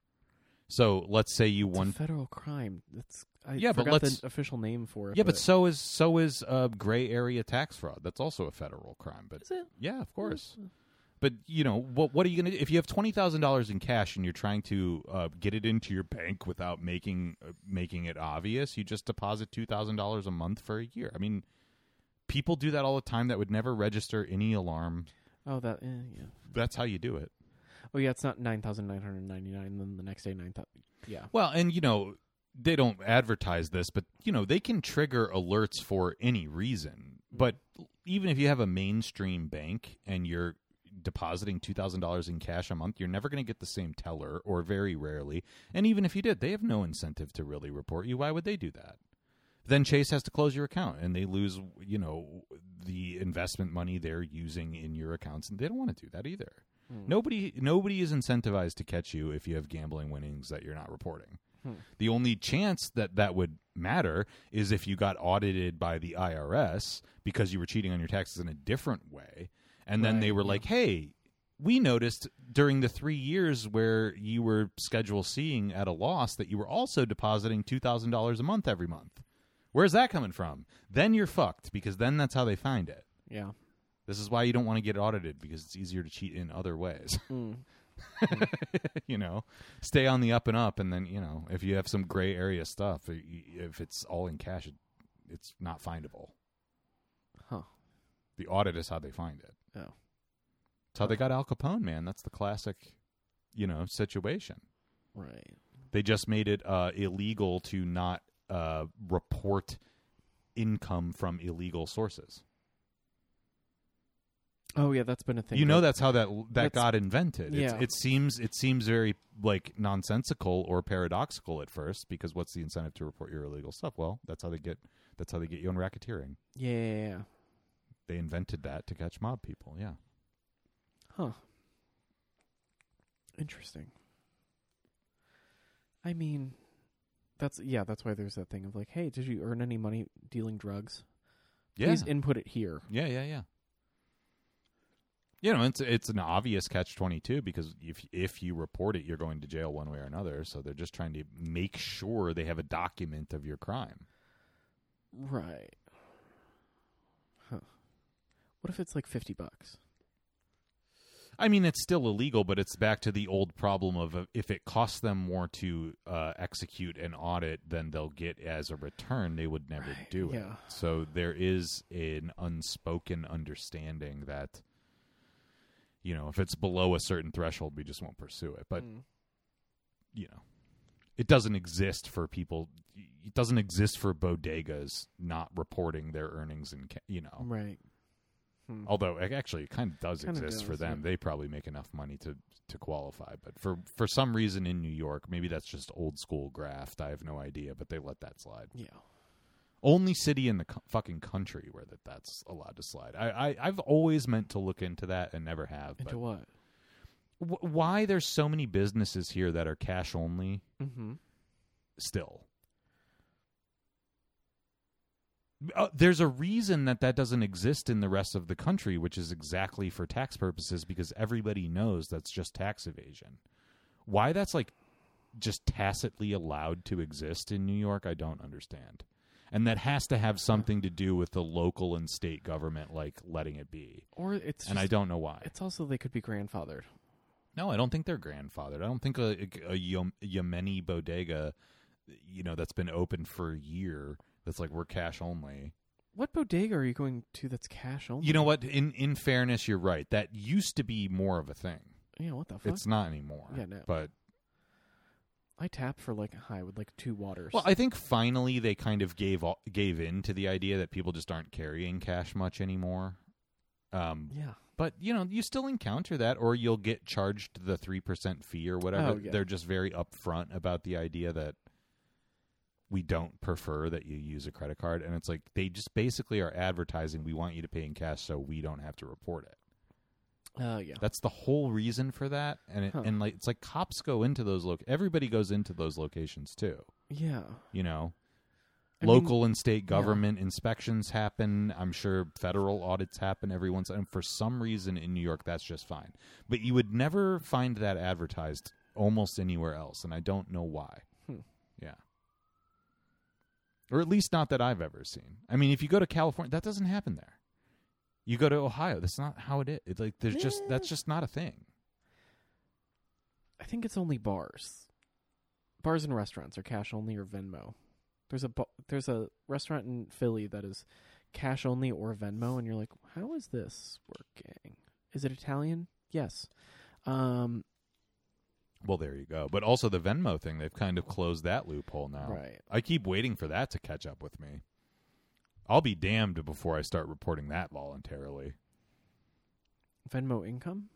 [SPEAKER 1] So let's say you
[SPEAKER 2] It's
[SPEAKER 1] won
[SPEAKER 2] a federal crime. That's I
[SPEAKER 1] Yeah, but
[SPEAKER 2] forgot
[SPEAKER 1] let's-
[SPEAKER 2] the official name for it.
[SPEAKER 1] Yeah, but so is so is uh, gray area tax fraud. That's also a federal crime. But
[SPEAKER 2] Is it? Hmm.
[SPEAKER 1] yeah, of course. But you know what? What are you going to if you have twenty thousand dollars in cash and you're trying to uh, get it into your bank without making uh, making it obvious? You just deposit two thousand dollars a month for a year. I mean, people do that all the time. That would never register any alarm.
[SPEAKER 2] oh that eh, yeah.
[SPEAKER 1] That's how you do it.
[SPEAKER 2] Oh yeah, it's not nine thousand nine hundred ninety nine. Then the next day nine thousand. Yeah.
[SPEAKER 1] Well, and you know, they don't advertise this, but you know, they can trigger alerts for any reason. But even if you have a mainstream bank and you're depositing $2,000 in cash a month, you're never going to get the same teller or very rarely. And even if you did, they have no incentive to really report you. Why would they do that? Then Chase has to close your account and they lose, you know, the investment money they're using in your accounts and they don't want to do that either.
[SPEAKER 2] Hmm.
[SPEAKER 1] Nobody nobody is incentivized to catch you if you have gambling winnings that you're not reporting.
[SPEAKER 2] Hmm.
[SPEAKER 1] The only chance that that would matter is if you got audited by the IRS because you were cheating on your taxes in a different way and then
[SPEAKER 2] Right,
[SPEAKER 1] they were
[SPEAKER 2] yeah.
[SPEAKER 1] like, "Hey, we noticed during the 3 years where you were schedule seeing at a loss that you were also depositing $2,000 a month every month. Where's that coming from?" Then you're fucked because then that's how they find it.
[SPEAKER 2] Yeah.
[SPEAKER 1] This is why you don't want to get audited because it's easier to cheat in other ways. [LAUGHS]
[SPEAKER 2] Mm.
[SPEAKER 1] you know, stay on the up and up, and then you know, if you have some gray area stuff, i- if it's all in cash, it, it's not findable.
[SPEAKER 2] Huh.
[SPEAKER 1] The audit is how they find it.
[SPEAKER 2] Oh.
[SPEAKER 1] It's how they got Al Capone, man. That's the classic, you know, situation.
[SPEAKER 2] Right.
[SPEAKER 1] They just made it uh, illegal to not uh, report income from illegal sources.
[SPEAKER 2] Oh yeah, that's been a thing.
[SPEAKER 1] you know
[SPEAKER 2] that
[SPEAKER 1] that's how that that
[SPEAKER 2] That's-
[SPEAKER 1] got invented. It's,
[SPEAKER 2] Yeah.
[SPEAKER 1] it seems it seems very like nonsensical or paradoxical at first because what's the incentive to report your illegal stuff? Well, that's how they get that's how they get you on racketeering.
[SPEAKER 2] Yeah, yeah, yeah.
[SPEAKER 1] They invented that to catch mob people. Yeah.
[SPEAKER 2] Huh. Interesting. I mean, that's yeah. That's why there's that thing of like, hey, did you earn any money dealing drugs?
[SPEAKER 1] Yeah.
[SPEAKER 2] Please input it here.
[SPEAKER 1] Yeah, yeah, yeah. You know, it's it's an obvious catch twenty two because if if you report it, you're going to jail one way or another. So they're just trying to make sure they have a document of your crime.
[SPEAKER 2] Right. Huh. What if it's like fifty bucks?
[SPEAKER 1] I mean, it's still illegal, but it's back to the old problem of uh, if it costs them more to uh, execute an audit than they'll get as a return, they would never
[SPEAKER 2] Right,
[SPEAKER 1] do it.
[SPEAKER 2] yeah.
[SPEAKER 1] So there is an unspoken understanding that, you know, if it's below a certain threshold, we just won't pursue it. But,
[SPEAKER 2] Mm.
[SPEAKER 1] you know, it doesn't exist for people. It doesn't exist for bodegas not reporting their earnings and, ca- you know.
[SPEAKER 2] Right. Hmm.
[SPEAKER 1] Although ac- actually, it kind of does
[SPEAKER 2] Kinda
[SPEAKER 1] exist for
[SPEAKER 2] does,
[SPEAKER 1] them.
[SPEAKER 2] yeah.
[SPEAKER 1] They probably make enough money to to qualify. But for for some reason in New York, maybe that's just old school graft. I have no idea, but they let that slide.
[SPEAKER 2] Yeah.
[SPEAKER 1] Only city in the co- fucking country where that that's allowed to slide. I, I I've always meant to look into that and never have. But
[SPEAKER 2] Into what?
[SPEAKER 1] wh- why there's so many businesses here that are cash only
[SPEAKER 2] Mm-hmm.
[SPEAKER 1] still? Uh, there's a reason that that doesn't exist in the rest of the country, which is exactly for tax purposes because everybody knows that's just tax evasion. Why that's like just tacitly allowed to exist in New York, I don't understand. And that has to have something to do with the local and state government like letting it be.
[SPEAKER 2] Or it's
[SPEAKER 1] and I
[SPEAKER 2] just-
[SPEAKER 1] don't know why.
[SPEAKER 2] It's also they could be grandfathered.
[SPEAKER 1] No, I don't think they're grandfathered. I don't think a, a Yem- Yemeni bodega, you know, that's been open for a year. That's like we're cash only.
[SPEAKER 2] What bodega are you going to? That's cash only.
[SPEAKER 1] You know what? In in fairness, you're right. That used to be more of a thing.
[SPEAKER 2] Uh-huh. Yeah. What the fuck?
[SPEAKER 1] It's not anymore.
[SPEAKER 2] Yeah, no.
[SPEAKER 1] But
[SPEAKER 2] I tap for like a high with like two waters.
[SPEAKER 1] Well, I think finally they kind of gave all, gave in to the idea that people just aren't carrying cash much anymore. Um,
[SPEAKER 2] yeah.
[SPEAKER 1] but you know, you still encounter that, or you'll get charged the three percent fee or whatever.
[SPEAKER 2] Oh, yeah.
[SPEAKER 1] They're just very upfront about the idea that we don't prefer that you use a credit card, and it's like they just basically are advertising we want you to pay in cash so we don't have to report it.
[SPEAKER 2] Oh yeah.
[SPEAKER 1] That's the whole reason for that, and it,
[SPEAKER 2] Huh.
[SPEAKER 1] and like it's like cops go into those loc. Everybody goes into those locations too
[SPEAKER 2] Yeah.
[SPEAKER 1] you know
[SPEAKER 2] I mean,
[SPEAKER 1] local and state government inspections happen i'm sure federal audits happen every once and for some reason in new york that's just fine but you would never find that advertised almost anywhere else and i don't know why
[SPEAKER 2] Hmm.
[SPEAKER 1] yeah or at least not that i've ever seen i mean if you go to california that doesn't happen there you go to ohio that's not how it is it's like there's just
[SPEAKER 2] Yeah.
[SPEAKER 1] that's just not a thing
[SPEAKER 2] I think it's only bars. Bars and restaurants are cash only or Venmo. There's a ba- there's a restaurant in Philly that is cash only or Venmo, and you're like, how is this working? Is it Italian? Yes. Um.
[SPEAKER 1] well there you go but also the venmo thing they've kind of closed that loophole now
[SPEAKER 2] Right.
[SPEAKER 1] I keep waiting for that to catch up with me. I'll be damned before I start reporting that voluntarily.
[SPEAKER 2] Venmo income.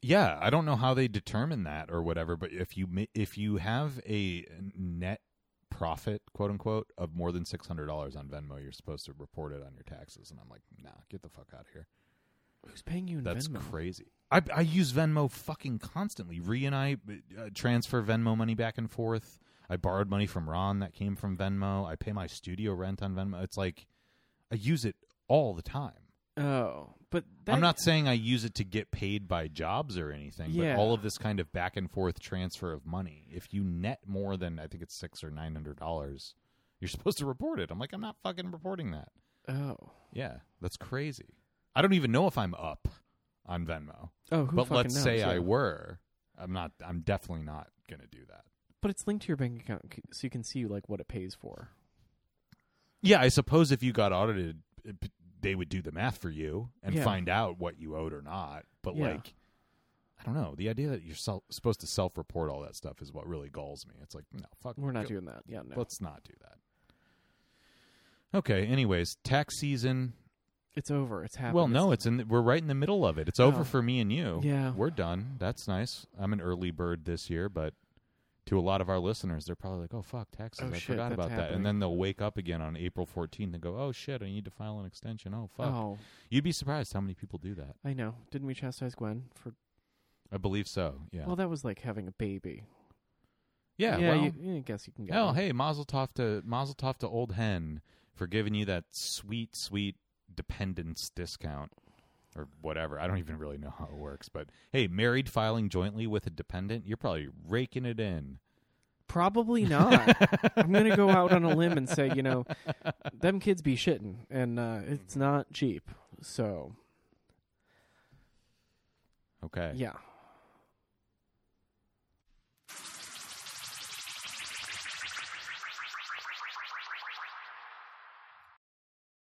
[SPEAKER 1] Yeah, I don't know how they determine that or whatever, but if you ma- if you have a net profit, quote unquote, of more than six hundred dollars on Venmo, you're supposed to report it on your taxes. And I'm like, nah, get the fuck out of here.
[SPEAKER 2] Who's paying you in
[SPEAKER 1] That's
[SPEAKER 2] Venmo?
[SPEAKER 1] crazy. I, I use Venmo fucking constantly. Ree and I uh, transfer Venmo money back and forth. I borrowed money from Ron that came from Venmo. I pay my studio rent on Venmo. It's like I use it all the time.
[SPEAKER 2] oh, but that,
[SPEAKER 1] I'm not saying I use it to get paid by jobs or anything,
[SPEAKER 2] Yeah.
[SPEAKER 1] but all of this kind of back and forth transfer of money. If you net more than I think it's six or nine hundred dollars, you're [LAUGHS] supposed to report it. I'm like, I'm not fucking reporting that.
[SPEAKER 2] Oh.
[SPEAKER 1] Yeah, that's crazy. I don't even know if I'm up on Venmo
[SPEAKER 2] Oh, who
[SPEAKER 1] but
[SPEAKER 2] fucking
[SPEAKER 1] let's
[SPEAKER 2] knows?
[SPEAKER 1] say I
[SPEAKER 2] Yeah.
[SPEAKER 1] were, I'm not. I'm definitely not going to do that.
[SPEAKER 2] But it's linked to your bank account, c- so you can see like what it pays for.
[SPEAKER 1] Yeah, I suppose if you got audited, it p- they would do the math for you and
[SPEAKER 2] Yeah.
[SPEAKER 1] find out what you owed or not. But
[SPEAKER 2] Yeah.
[SPEAKER 1] like, I don't know. The idea that you're self, supposed to self-report all that stuff is what really galls me. It's like, no, fuck,
[SPEAKER 2] We're not
[SPEAKER 1] go-
[SPEAKER 2] doing that. Yeah, no.
[SPEAKER 1] Let's not do that. Okay. Anyways, tax season.
[SPEAKER 2] it's over. It's happening.
[SPEAKER 1] Well, no, it's in. The, we're right in the middle of it. It's over
[SPEAKER 2] Oh.
[SPEAKER 1] for me and you.
[SPEAKER 2] Yeah.
[SPEAKER 1] we're done. That's nice. I'm an early bird this year, but to a lot of our listeners, they're probably like, "Oh fuck, taxes!
[SPEAKER 2] Oh,
[SPEAKER 1] I
[SPEAKER 2] shit,
[SPEAKER 1] forgot
[SPEAKER 2] that's
[SPEAKER 1] about that."
[SPEAKER 2] happening.
[SPEAKER 1] And then they'll wake up again on April 14th and go, "Oh shit, I need to file an extension." Oh fuck,
[SPEAKER 2] Oh,
[SPEAKER 1] you'd be surprised how many people do that.
[SPEAKER 2] I know. Didn't we chastise Gwen for?
[SPEAKER 1] I believe so. Yeah.
[SPEAKER 2] Well, that was like having a baby.
[SPEAKER 1] yeah.
[SPEAKER 2] yeah.
[SPEAKER 1] well,
[SPEAKER 2] you- yeah, I guess you can. Go
[SPEAKER 1] hell, Oh, hey, Mazel Tov to Mazel Tov to old hen for giving you that sweet, sweet dependence discount. Or whatever. I don't even really know how it works. But hey, married filing jointly with a dependent, you're probably raking it in. [LAUGHS]
[SPEAKER 2] Probably not. I'm gonna go out on a limb and say, you know, them kids be shitting, and uh,
[SPEAKER 1] Mm-hmm.
[SPEAKER 2] it's not cheap. So
[SPEAKER 1] Okay.
[SPEAKER 2] yeah,